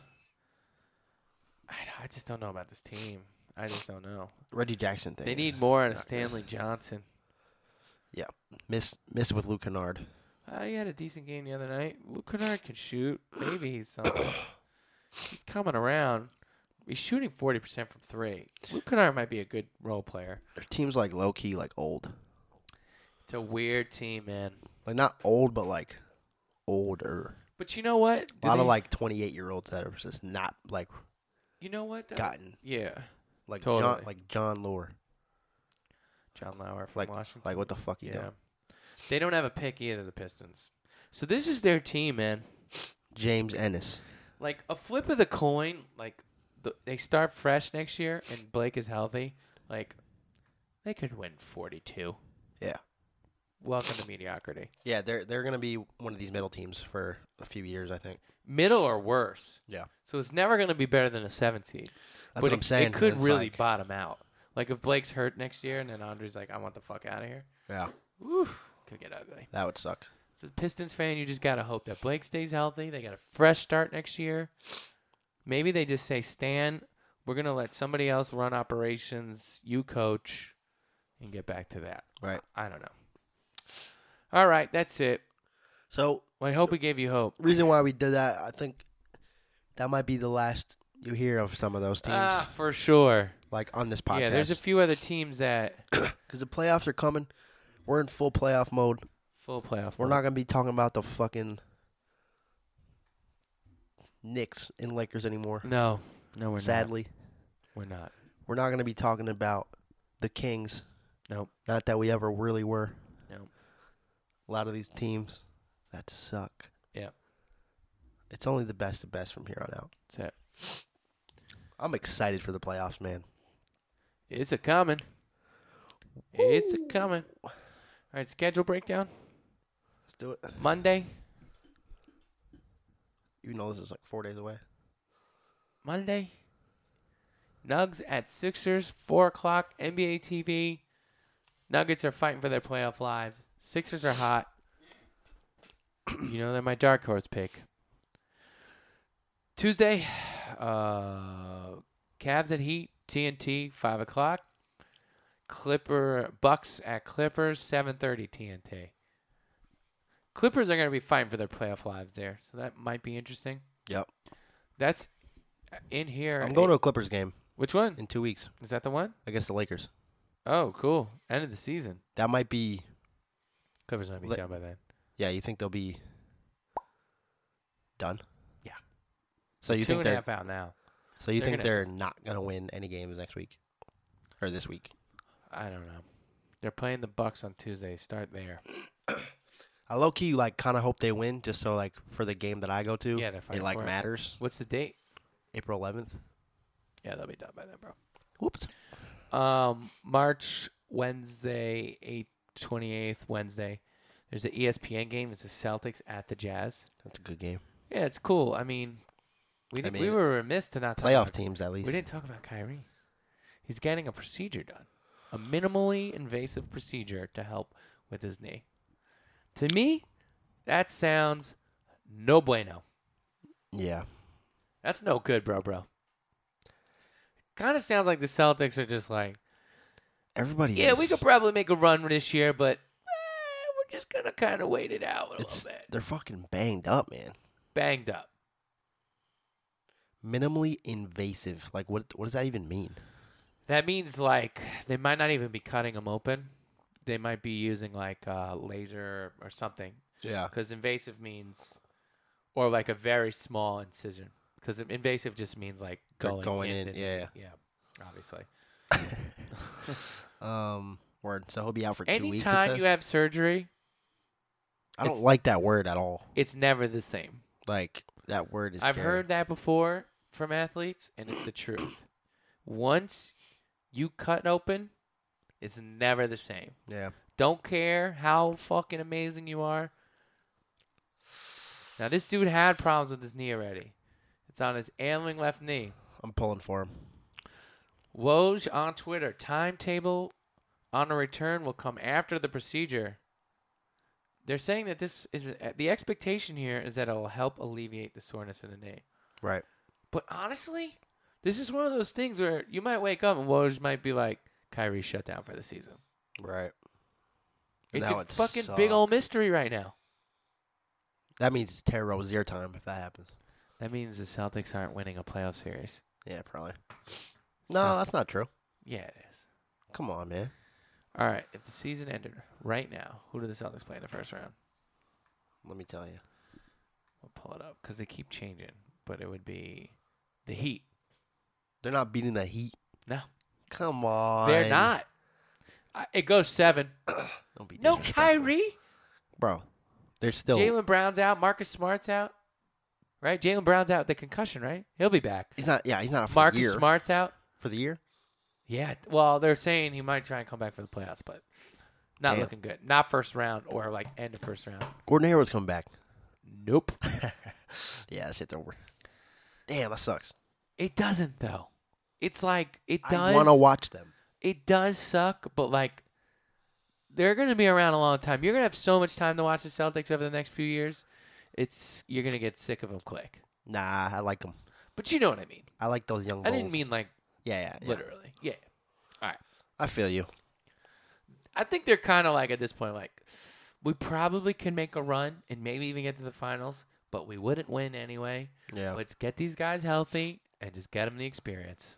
I, d- I just don't know about this team. I just don't know. Reggie Jackson thing. They need more out of not good. Stanley Johnson. miss miss with Luke Kennard. Uh, he had a decent game the other night. Luke Kennard can shoot. Maybe he's something. he's coming around. He's shooting forty percent from three. Luke Kennard might be a good role player. Their team's like low key like old. It's a weird team, man. Like not old, but like older. But you know what? A Do lot of they- like twenty eight year olds that have just not like you know what? though? gotten Yeah, like John Totally. like John Lore. John Lauer from Washington. Like what the fuck you yeah, done? they don't have a pick either. The Pistons. So this is their team, man. James Ennis. like a flip of the coin like the, they start fresh next year and blake is healthy like they could win 42 Yeah. welcome to mediocrity. Yeah, they're they're gonna be one of these middle teams for a few years, I think. Middle or worse. Yeah. So it's never going to be better than a seven seed. That's but what it, I'm saying. It could It's really like- bottom out. Like if Blake's hurt next year and then Andre's like, I want the fuck out of here. yeah, Oof. Could get ugly. that would suck. As a Pistons fan, you just got to hope that Blake stays healthy. They got a fresh start next year. Maybe they just say, Stan, we're going to let somebody else run operations. You coach and get back to that. Right. I don't know. All right. That's it. So Well, I hope we gave you hope. reason why we did that, I think that might be the last you hear of some of those teams, Ah, for sure. like on this podcast. Yeah, there's a few other teams that because the playoffs are coming. We're in full playoff mode. full playoff. We're mode. not gonna be talking about the fucking Knicks and Lakers anymore. No, no, we're not. sadly, We're not. we're not gonna be talking about the Kings. Nope. Not that we ever really were. Nope. A lot of these teams that suck. Yeah. It's only the best of best from here on out. That's it. I'm excited for the playoffs, man. It's a coming. It's a coming. All right, schedule breakdown Let's do it. Monday. Even though this is like four days away. Monday. Nugs at Sixers, four o'clock. NBA TV. Nuggets are fighting for their playoff lives. Sixers are hot. you know they're my dark horse pick. Tuesday, uh, Cavs at Heat, TNT, five o'clock. Clipper Bucks at Clippers, seven thirty TNT. Clippers are going to be fighting for their playoff lives there, so that might be interesting. Yep. That's in here. I'm going to a Clippers game which one? in two weeks Is that the one? against the Lakers. Oh, cool. End of the season. That might be. Clippers might be Let- done by then. Yeah, you think they'll be done? Yeah. So Two you think and a they're half out now. so you they're think gonna- they're not gonna win any games next week or this week? I don't know. They're playing the Bucks on Tuesday. Start there. I low key like kind of hope they win just so like for the game that I go to. Yeah, they're it fighting like for it. matters. What's the date? April 11th. Yeah, they'll be done by then, bro. Whoops. Um, March Wednesday, eight twenty eighth Wednesday. There's E an ESPN game. It's the Celtics at the Jazz. That's a good game. Yeah, it's cool. I mean, we I didn't, we mean, were remiss to not talk Playoff about- teams at least. We didn't talk about Kyrie. He's getting a procedure done, a minimally invasive procedure to help with his knee. To me, that sounds no bueno. Yeah. That's no good, bro, bro. Kind of sounds like the Celtics are just like, Everybody. yeah, is. we could probably make a run this year, but eh, we're just gonna kind of wait it out a It's, little bit. they're fucking banged up, man. Banged up. Minimally invasive. Like what? What does that even mean? That means like they might not even be cutting them open. They might be using like uh, laser or something Yeah. because invasive means or like a very small incision because invasive just means like They're going, going in, and- yeah. yeah obviously Um. Word. So he'll be out for two weeks. it anytime you says? have surgery I don't like that word at all. it's never the same Like that word is. i've scary. heard that before from athletes and it's the truth once you cut open it's never the same Yeah. don't care how fucking amazing you are now this dude had problems with his knee already it's on his ailing left knee I'm pulling for him. Woj on Twitter. Timetable on a return will come after the procedure. They're saying that this is uh, the expectation here is that it'll help alleviate the soreness in the knee. Right. But honestly, this is one of those things where you might wake up and Woj might be like, Kyrie shut down for the season. Right. It's That a would fucking suck. big old mystery right now. That means it's Terry Rozier time if that happens. That means the Celtics aren't winning a playoff series. Yeah, probably. No, So- that's not true. Yeah, it is. Come on, man. All right, if the season ended right now, who do the Celtics play in the first round? Let me tell you. We'll pull it up because they keep changing. But it would be the Heat. They're not beating the Heat. No, Come on. they're not. I, it goes seven. Don't be No disrespectful. Kyrie. Bro, they're still. Jalen Brown's out. Marcus Smart's out. Right? Jalen Brown's out with the concussion, right? He'll be back. He's not. Yeah, he's not out for the Marcus year. Smart's out. For the year? Yeah. Well, they're saying he might try and come back for the playoffs, but Not Damn. looking good. Not first round or like end of first round. Gordon Hayward's coming back. Nope. Yeah, that shit's over. Damn, that sucks. It doesn't though. It's like it I does. want to watch them. it does suck, but like they're gonna be around a long time. You're gonna have so much time to watch the Celtics over the next few years. It's you're gonna get sick of them quick. Nah, I like them. But you know what I mean. I like those young. I didn't bulls. mean like Yeah, yeah, yeah. literally. Yeah. I feel you. I think they're kind of like at this point, like we probably can make a run and maybe even get to the finals, but we wouldn't win anyway. Yeah. Let's get these guys healthy and just get them the experience.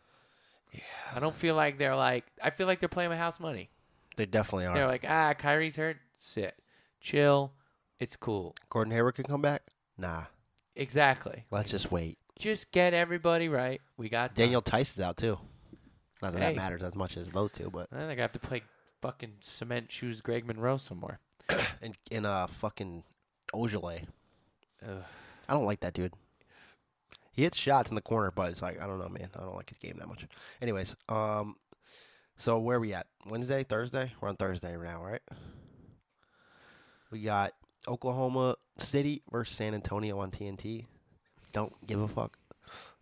Yeah. I don't feel like they're like. I feel like they're playing with house money. They definitely are. They're like, ah, Kyrie's hurt. Sit, chill. It's cool. Gordon Hayward can come back. Nah, Exactly. let's just wait. Just get everybody right. We got time. Daniel Tyson's out too. Not that Hey. that matters as much as those two, but I think I have to play fucking cement shoes Greg Monroe some more. and in uh fucking Ojale. Ugh. I don't like that dude. He hits shots in the corner, but it's like I don't know, man. I don't like his game that much. Anyways, um, so where we at? Wednesday, Thursday. We're on Thursday now, right? We got Oklahoma City versus San Antonio on TNT. Don't give a fuck.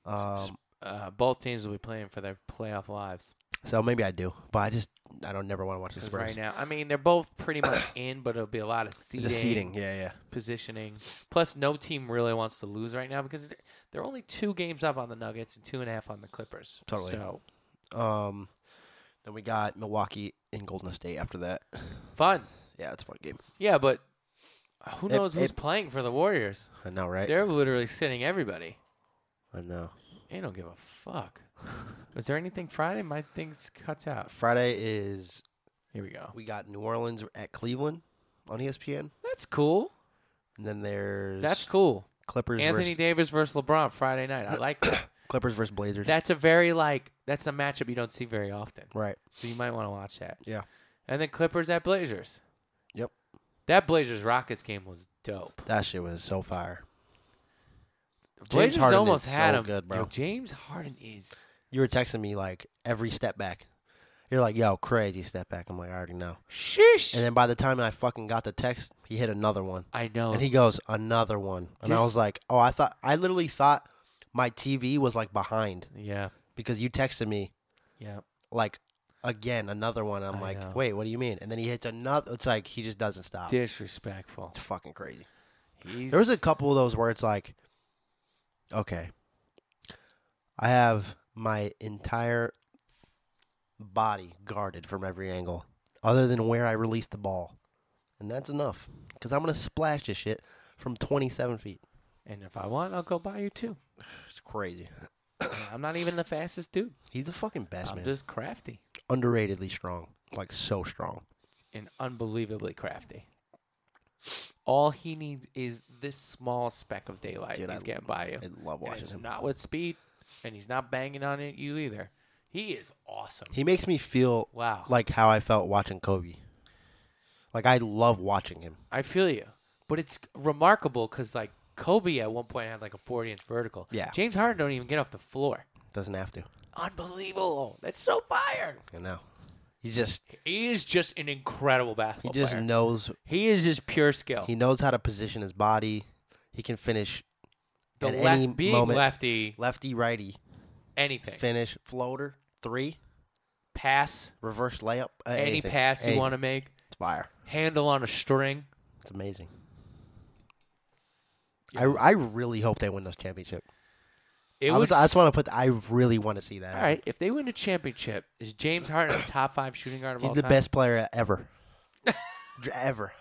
Um, Uh, both teams will be playing for their playoff lives. so maybe I do, but I just I don't never want to watch the Because Spurs. right now, I mean, they're both pretty much in, but it'll be a lot of seeding, the seating, yeah, yeah. positioning. Plus, no team really wants to lose right now because they're- they're only two games up on the Nuggets and two and a half on the Clippers. Totally. So Um, then we got Milwaukee and Golden State after that. fun, Yeah, it's a fun game. yeah. But who It- knows who's it- playing for the Warriors? I know, right? They're literally sitting everybody. I know. They don't give a fuck. Is there anything Friday? My thing's cuts out. Friday is Here we go. we got New Orleans at Cleveland on E ESPN, That's cool. and then there's That's cool. Clippers Anthony versus Davis versus LeBron Friday night. I like that. Clippers versus Blazers. That's a very like that's a matchup you don't see very often. right. So you might want to watch that. Yeah. And then Clippers at Blazers. Yep. That Blazers Rockets game was dope. That shit was so fire. Blazers Harden is almost had so him. good, bro. Yo, James Harden is You were texting me like every step back. You're like, yo, crazy step back. I'm like, I already know. shish. And then by the time I fucking got the text, he hit another one. I know. And he goes, another one. And I Did- was like, oh, I thought, I literally thought my TV was like behind yeah. because you texted me Yeah. like again, another one. I'm I like, know. wait, what do you mean? And then he hits another. It's like, he just doesn't stop. Disrespectful. It's fucking crazy. He's, There was a couple of those where it's like, okay, I have my entire body guarded from every angle, other than where I release the ball, and that's enough because I'm gonna splash this shit from 27 feet. and if I want, I'll go buy you too. It's crazy. I'm not even the fastest dude. He's the fucking best I'm man. just crafty Underratedly strong, like so strong. and unbelievably crafty. All he needs is this small speck of daylight. Dude, and he's I- getting by you. I love And watching it's him. not with speed, and he's not banging on it you either. He is awesome. he makes me feel wow. like how I felt watching Kobe. Like I love watching him. I feel you, but it's remarkable because like Kobe at one point had like a 40 inch vertical. Yeah. James Harden don't even get off the floor. Doesn't have to. Unbelievable. That's so fire. I know. He's just He is just an incredible he basketball just player. knows he is just pure skill. He knows how to position his body. He can finish the at left any being moment- lefty, lefty, righty, anything. finish, floater, three, pass, reverse layup. uh, any anything, pass you anything. want to make, It's fire. handle on a string. It's amazing. Yeah. I, I really hope they win this championship. It I, was, would I just want to put. I really want to see that. All happen. right, if they win a championship, is James Harden a top five shooting guard of He's all the time? best player ever. Dr- ever.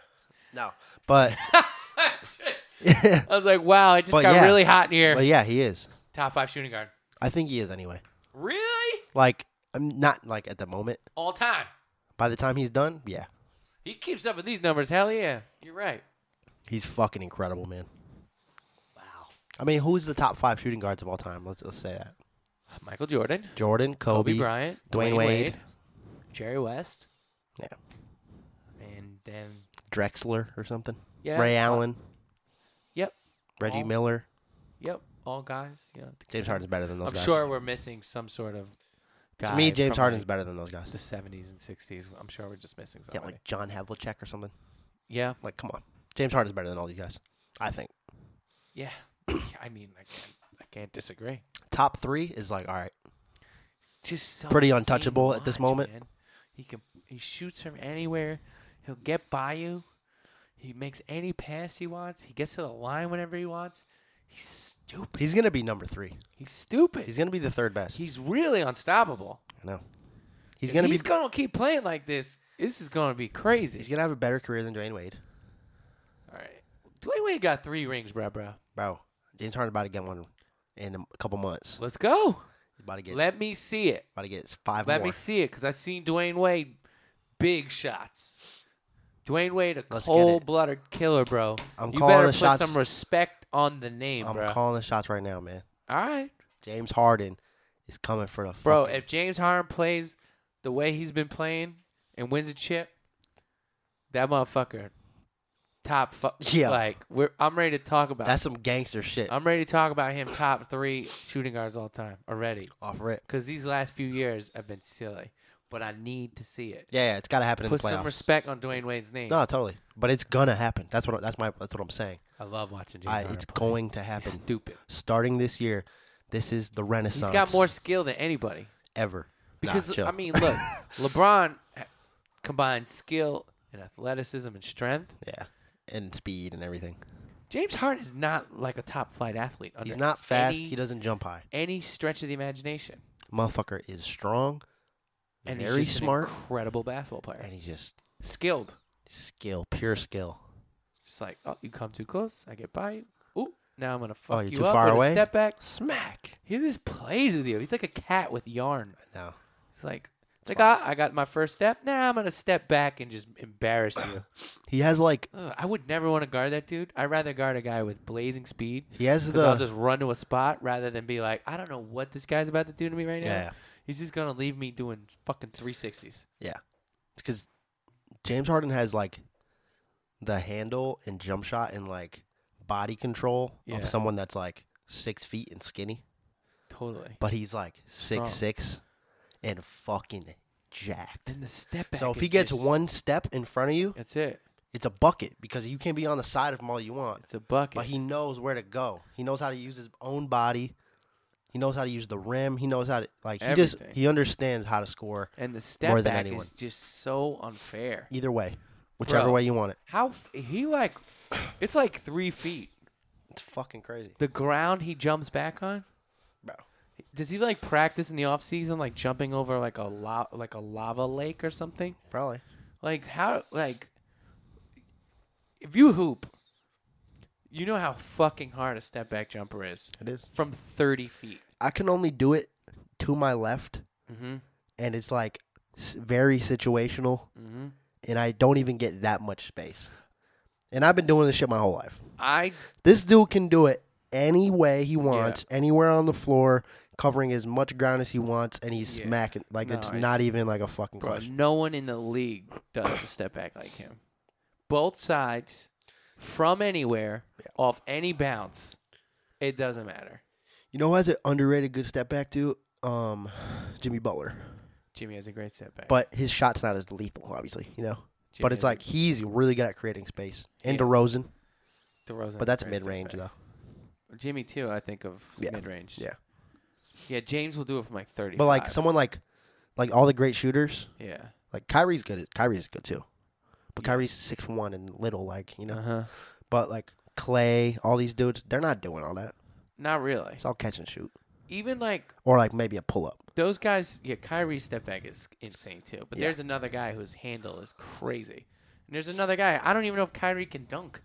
No, but I was like, wow, it just But got yeah. really hot in here. but yeah, he is. top five shooting guard. I think he is anyway. Really? Like I'm not like at the moment. All time. By the time he's done, yeah, He keeps up with these numbers. Hell yeah. You're right. he's fucking incredible, man. Wow. I mean, who's the top five shooting guards of all time? Let's let's say that. Michael Jordan, Jordan, Kobe, Kobe, Bryant, Dwayne Dwayne, Wade, Wade. Jerry West, yeah, and then Drexler or something. Yeah. Ray Allen, yep, Reggie all- Miller. yep, all guys. Yeah. James Harden's better than those I'm guys. sure we're missing some sort of guy. to me, James from, Harden's like, better than those guys. the 70s and 60s. I'm sure we're just missing Yeah, something. like John Havlicek or something. yeah, Like, come on, James Harden's better than all these guys. I think yeah. I mean, I can't, I can't disagree. top three is like all right. Just so Pretty insane to untouchable at this watch, moment. man. He can he shoots from anywhere. He'll get by you. He makes any pass he wants. He gets to the line whenever he wants. He's stupid. He's gonna be number three. He's stupid. He's He's, gonna be the third best. really unstoppable. I know. He's If gonna he's be. gonna keep playing like this. This is gonna be crazy. he's gonna have a better career than Dwayne Wade, All right. Dwayne Wade got three rings, bro, bro. bro. James Harden's about to get one in a couple months. Let's go. He's about to get. Let me see it. about to get his five Let more. me see it because I've seen Dwayne Wade big shots. Dwayne Wade, a Let's get it. cold blooded killer, bro. I'm you calling better the put shots. some respect on the name, I'm bro. calling the shots right now, man. All right, James Harden is coming for the bro. fucking- If James Harden plays the way he's been playing and wins a chip, that motherfucker, top fu- Yeah. Like we're, I'm ready to talk about. that's some gangster shit I'm ready to talk about him top three shooting guards all time already. off rip. Because these last few years have been silly, but I need to see it. Yeah, yeah, it's got to happen in Put the some playoffs. respect on Dwayne Wade's name. no, totally. But it's gonna happen. That's what that's my that's what I'm saying. I love watching James I, Harden it's play. going to He's happen. Stupid. Starting this year, this is the renaissance. He's got more skill than anybody. ever. Nah, Because chill. I mean, look, LeBron ha- combines skill and athleticism and strength. yeah, and speed and everything. James Harden is not like a top flight athlete. Under He's not fast. Any, he doesn't jump high. any stretch of the imagination. Motherfucker is strong, And he's very just an smart, incredible basketball player, and he's just skilled. skill, pure skill. Just like, oh, you come too close, I get by you. Ooh, now I'm gonna fuck Oh, you're you too up far with away? a step back. Smack. He just plays with you. He's like a cat with yarn. No, It's like, it's like ah, I got my first step. Now I'm gonna step back and just embarrass you. he has like Ugh, I would never want to guard that dude. I'd rather guard a guy with blazing speed. he has Because I'll the just run to a spot rather than be like, I don't know what this guy's about to do to me right now. yeah. He's just gonna leave me doing fucking three sixties. because James Harden has like the handle and jump shot and like body control Yeah. of someone that's like six feet and skinny, Totally. but he's like six Strong. six and fucking jacked. Then the step back. So if is he gets just- one step in front of you, that's it. it's a bucket because you can be on the side of him all you want, It's a bucket. but he knows where to go. He knows how to use his own body. He knows how to use the rim. He knows how to like he just Everything. he understands how to score and the step more than back anyone. is just so unfair. either way, whichever Bro. way you want it. How f- he like? It's like three feet. It's fucking crazy, The ground he jumps back on. bro. Does he like practice in the off season, like jumping over like a lo- like a lava lake or something? Probably. Like how like if you hoop, you know how fucking hard a step back jumper is It is. from thirty feet. I can only do it to my left, Mm-hmm. and it's like s- very situational, Mm-hmm. and I don't even get that much space. And I've been doing this shit my whole life. I This dude can do it any way he wants, anywhere on the floor, covering as much ground as he wants, and he's Yeah. smacking like No, it's it's- not even like a fucking bro, question. no one in the league does a step back like him. Both sides, from anywhere, off any bounce, it doesn't matter. You know who has an underrated good step back too? Um, Jimmy Butler, Jimmy has a great step back, but his shot's not as lethal, obviously. You know, Jimmy but it's has a- like he's really good at creating space. And He is. DeRozan, DeRozan but that's has a great mid step range back. though. Jimmy too, I think of Yeah. mid range. Yeah. Yeah, James will do it from like thirty. But like someone like like all the great shooters, Yeah. like Kyrie's good. at- Kyrie's good too, but Yeah. Kyrie's six one and little, like you know. Uh-huh. But like Clay, all these dudes, they're not doing all that. Not really. It's all catch and shoot, Even like or like maybe a pull up. those guys, yeah, Kyrie's step back is insane too. But Yeah. there's another guy whose handle is crazy. And there's another guy, I don't even know if Kyrie can dunk.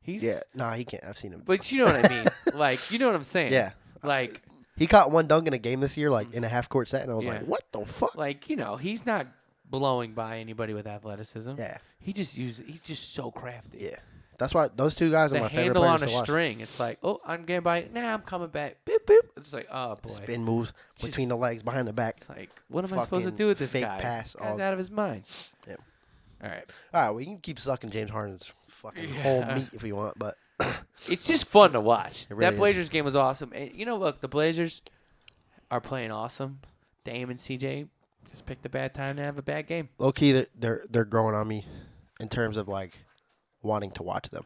He's Yeah, nah, he can't. I've seen him. But you know what I mean? like, you know what I'm saying? yeah, Like he caught one dunk in a game this year, like in a half court set, and I was like, Mm. Yeah. what the fuck? like, you know, he's not blowing by anybody with athleticism. Yeah, He just uses he's just so crafty. yeah. That's why those two guys are the my favorite handle on players a to watch. string. It's like, oh, I'm getting by. Nah, I'm coming back. Boop boop. It's like, oh boy. Spin moves between Just- the legs, behind the back. It's like, what am I supposed to Fucking do with this fake guy? pass Guy's all- out of his mind. Yep. All right. All right, well, you can keep sucking James Harden's fucking Yeah. whole meat if you want, but It's just fun to watch. really that is. Blazers game was awesome. And you know, look, the Blazers are playing awesome. Dame and CJ just picked a bad time to have a bad game. Low key, they're- they're they're growing on me in terms of like wanting to watch them.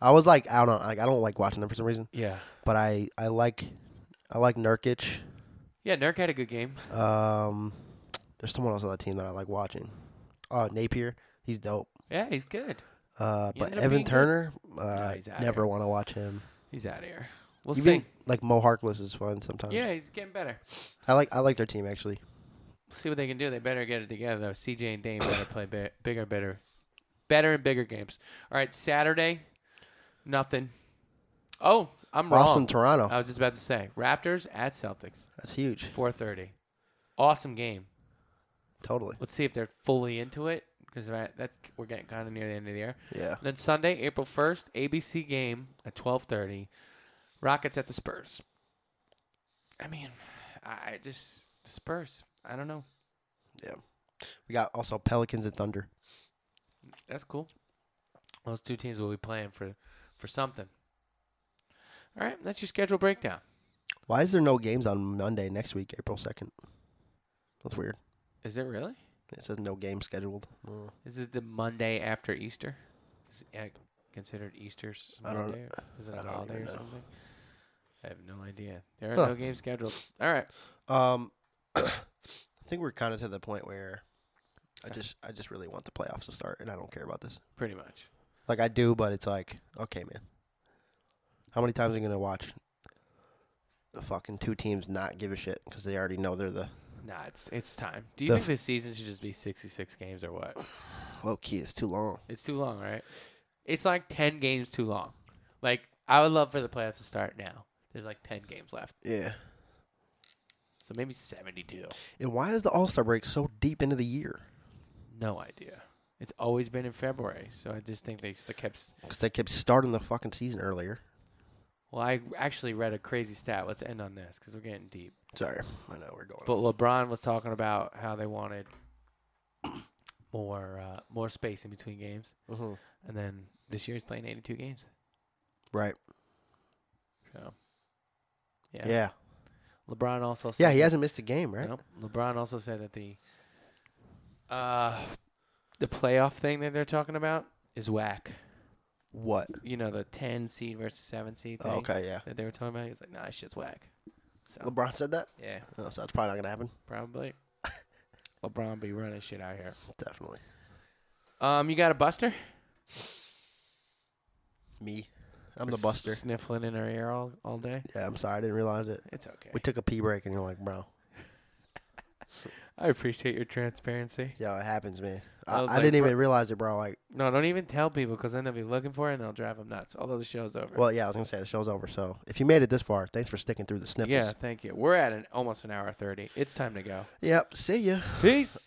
I was like, I don't know, like I don't like watching them for some reason, Yeah. but I I like I like Nurkic. Yeah, Nurk had a good game. Um, there's someone else on that team that I like watching. Oh, Napier, he's dope. Yeah, he's good. Uh, He but ended up being Evan good. Turner, No, uh, he's out never here. want to watch him. He's out of here. We'll Even see. like Mo Harkless is fun sometimes. Yeah, he's getting better. I like I like their team actually. see what they can do. They better get it together though. CJ and Dame better play bi- bigger, better, better and bigger games. All right, Saturday, nothing. Oh, I'm wrong. Boston, Uh, Toronto, I was just about to say Raptors at Celtics, that's huge. 4:30. Awesome game. Totally. Let's see if they're fully into it because that's we're getting kind of near the end of the year. Yeah. And then Sunday, April 1st, ABC game at 12:30. Rockets at the Spurs. I mean, I I just the Spurs. I don't know. We got also Pelicans and Thunder. That's cool. Those two teams will be playing for for something. All right, that's your schedule breakdown. Why is there no games on Monday next week, April second? That's weird. Is it really? It says no game scheduled. Mm. Is it the Monday after Easter? Is it ac- considered Easter s- I don't- Monday? or Is it I a don't even holiday or know. something? I have no idea. There are Huh. no games scheduled. All right. Um, I think we're kind of to the point where I Sorry. just I just really want the playoffs to start, and I don't care about this. Pretty much. Like I do, but it's like, okay, man. How many times are you gonna watch the fucking two teams not give a shit because they already know they're the Nah, it's it's time. Do you The think this season should just be 66 games or what? low key? It's too long. It's too long, right? It's like 10 games too long. Like I would love for the playoffs to start now. There's like 10 games left. Yeah. So maybe 72. And why is the All Star break so deep into the year? No idea. It's always been in February, so I just think they just kept. s- Because they kept starting the fucking season earlier. Well, I actually read a crazy stat. Let's end on this because we're getting deep. Sorry, I know we're going. But LeBron was talking about how they wanted more uh, more space in between games, hmm and then this year he's playing 82 games. Right. So, Yeah. yeah. yeah. LeBron also. Said he that- hasn't missed a game, right? Nope. LeBron also said that the uh the playoff thing that they're talking about is whack. What? You know, the 10 seed versus 7 seed thing. Oh, okay, yeah. that they were talking about. He was like, nah, this shit's whack. So, LeBron said that? yeah, Oh, so that's probably not going to happen. probably. LeBron be running shit out here. Definitely. Um, you got a buster? Me. I'm Or the s- buster. Sniffling in her ear all, all day. Yeah, I'm sorry. I didn't realize it. It's okay. We took a pee break, and you're like, bro, I appreciate your transparency. yo, it happens, man. I I, I, was like, didn't bro- even realize it, bro. Like, No, don't even tell people because then they'll be looking for it and they'll drive them nuts. Although the show's over. well, yeah, I was going to say the show's over. So if you made it this far, thanks for sticking through the sniffles. yeah, thank you. We're at an almost an hour thirty. It's time to go. Yep. See ya. Peace.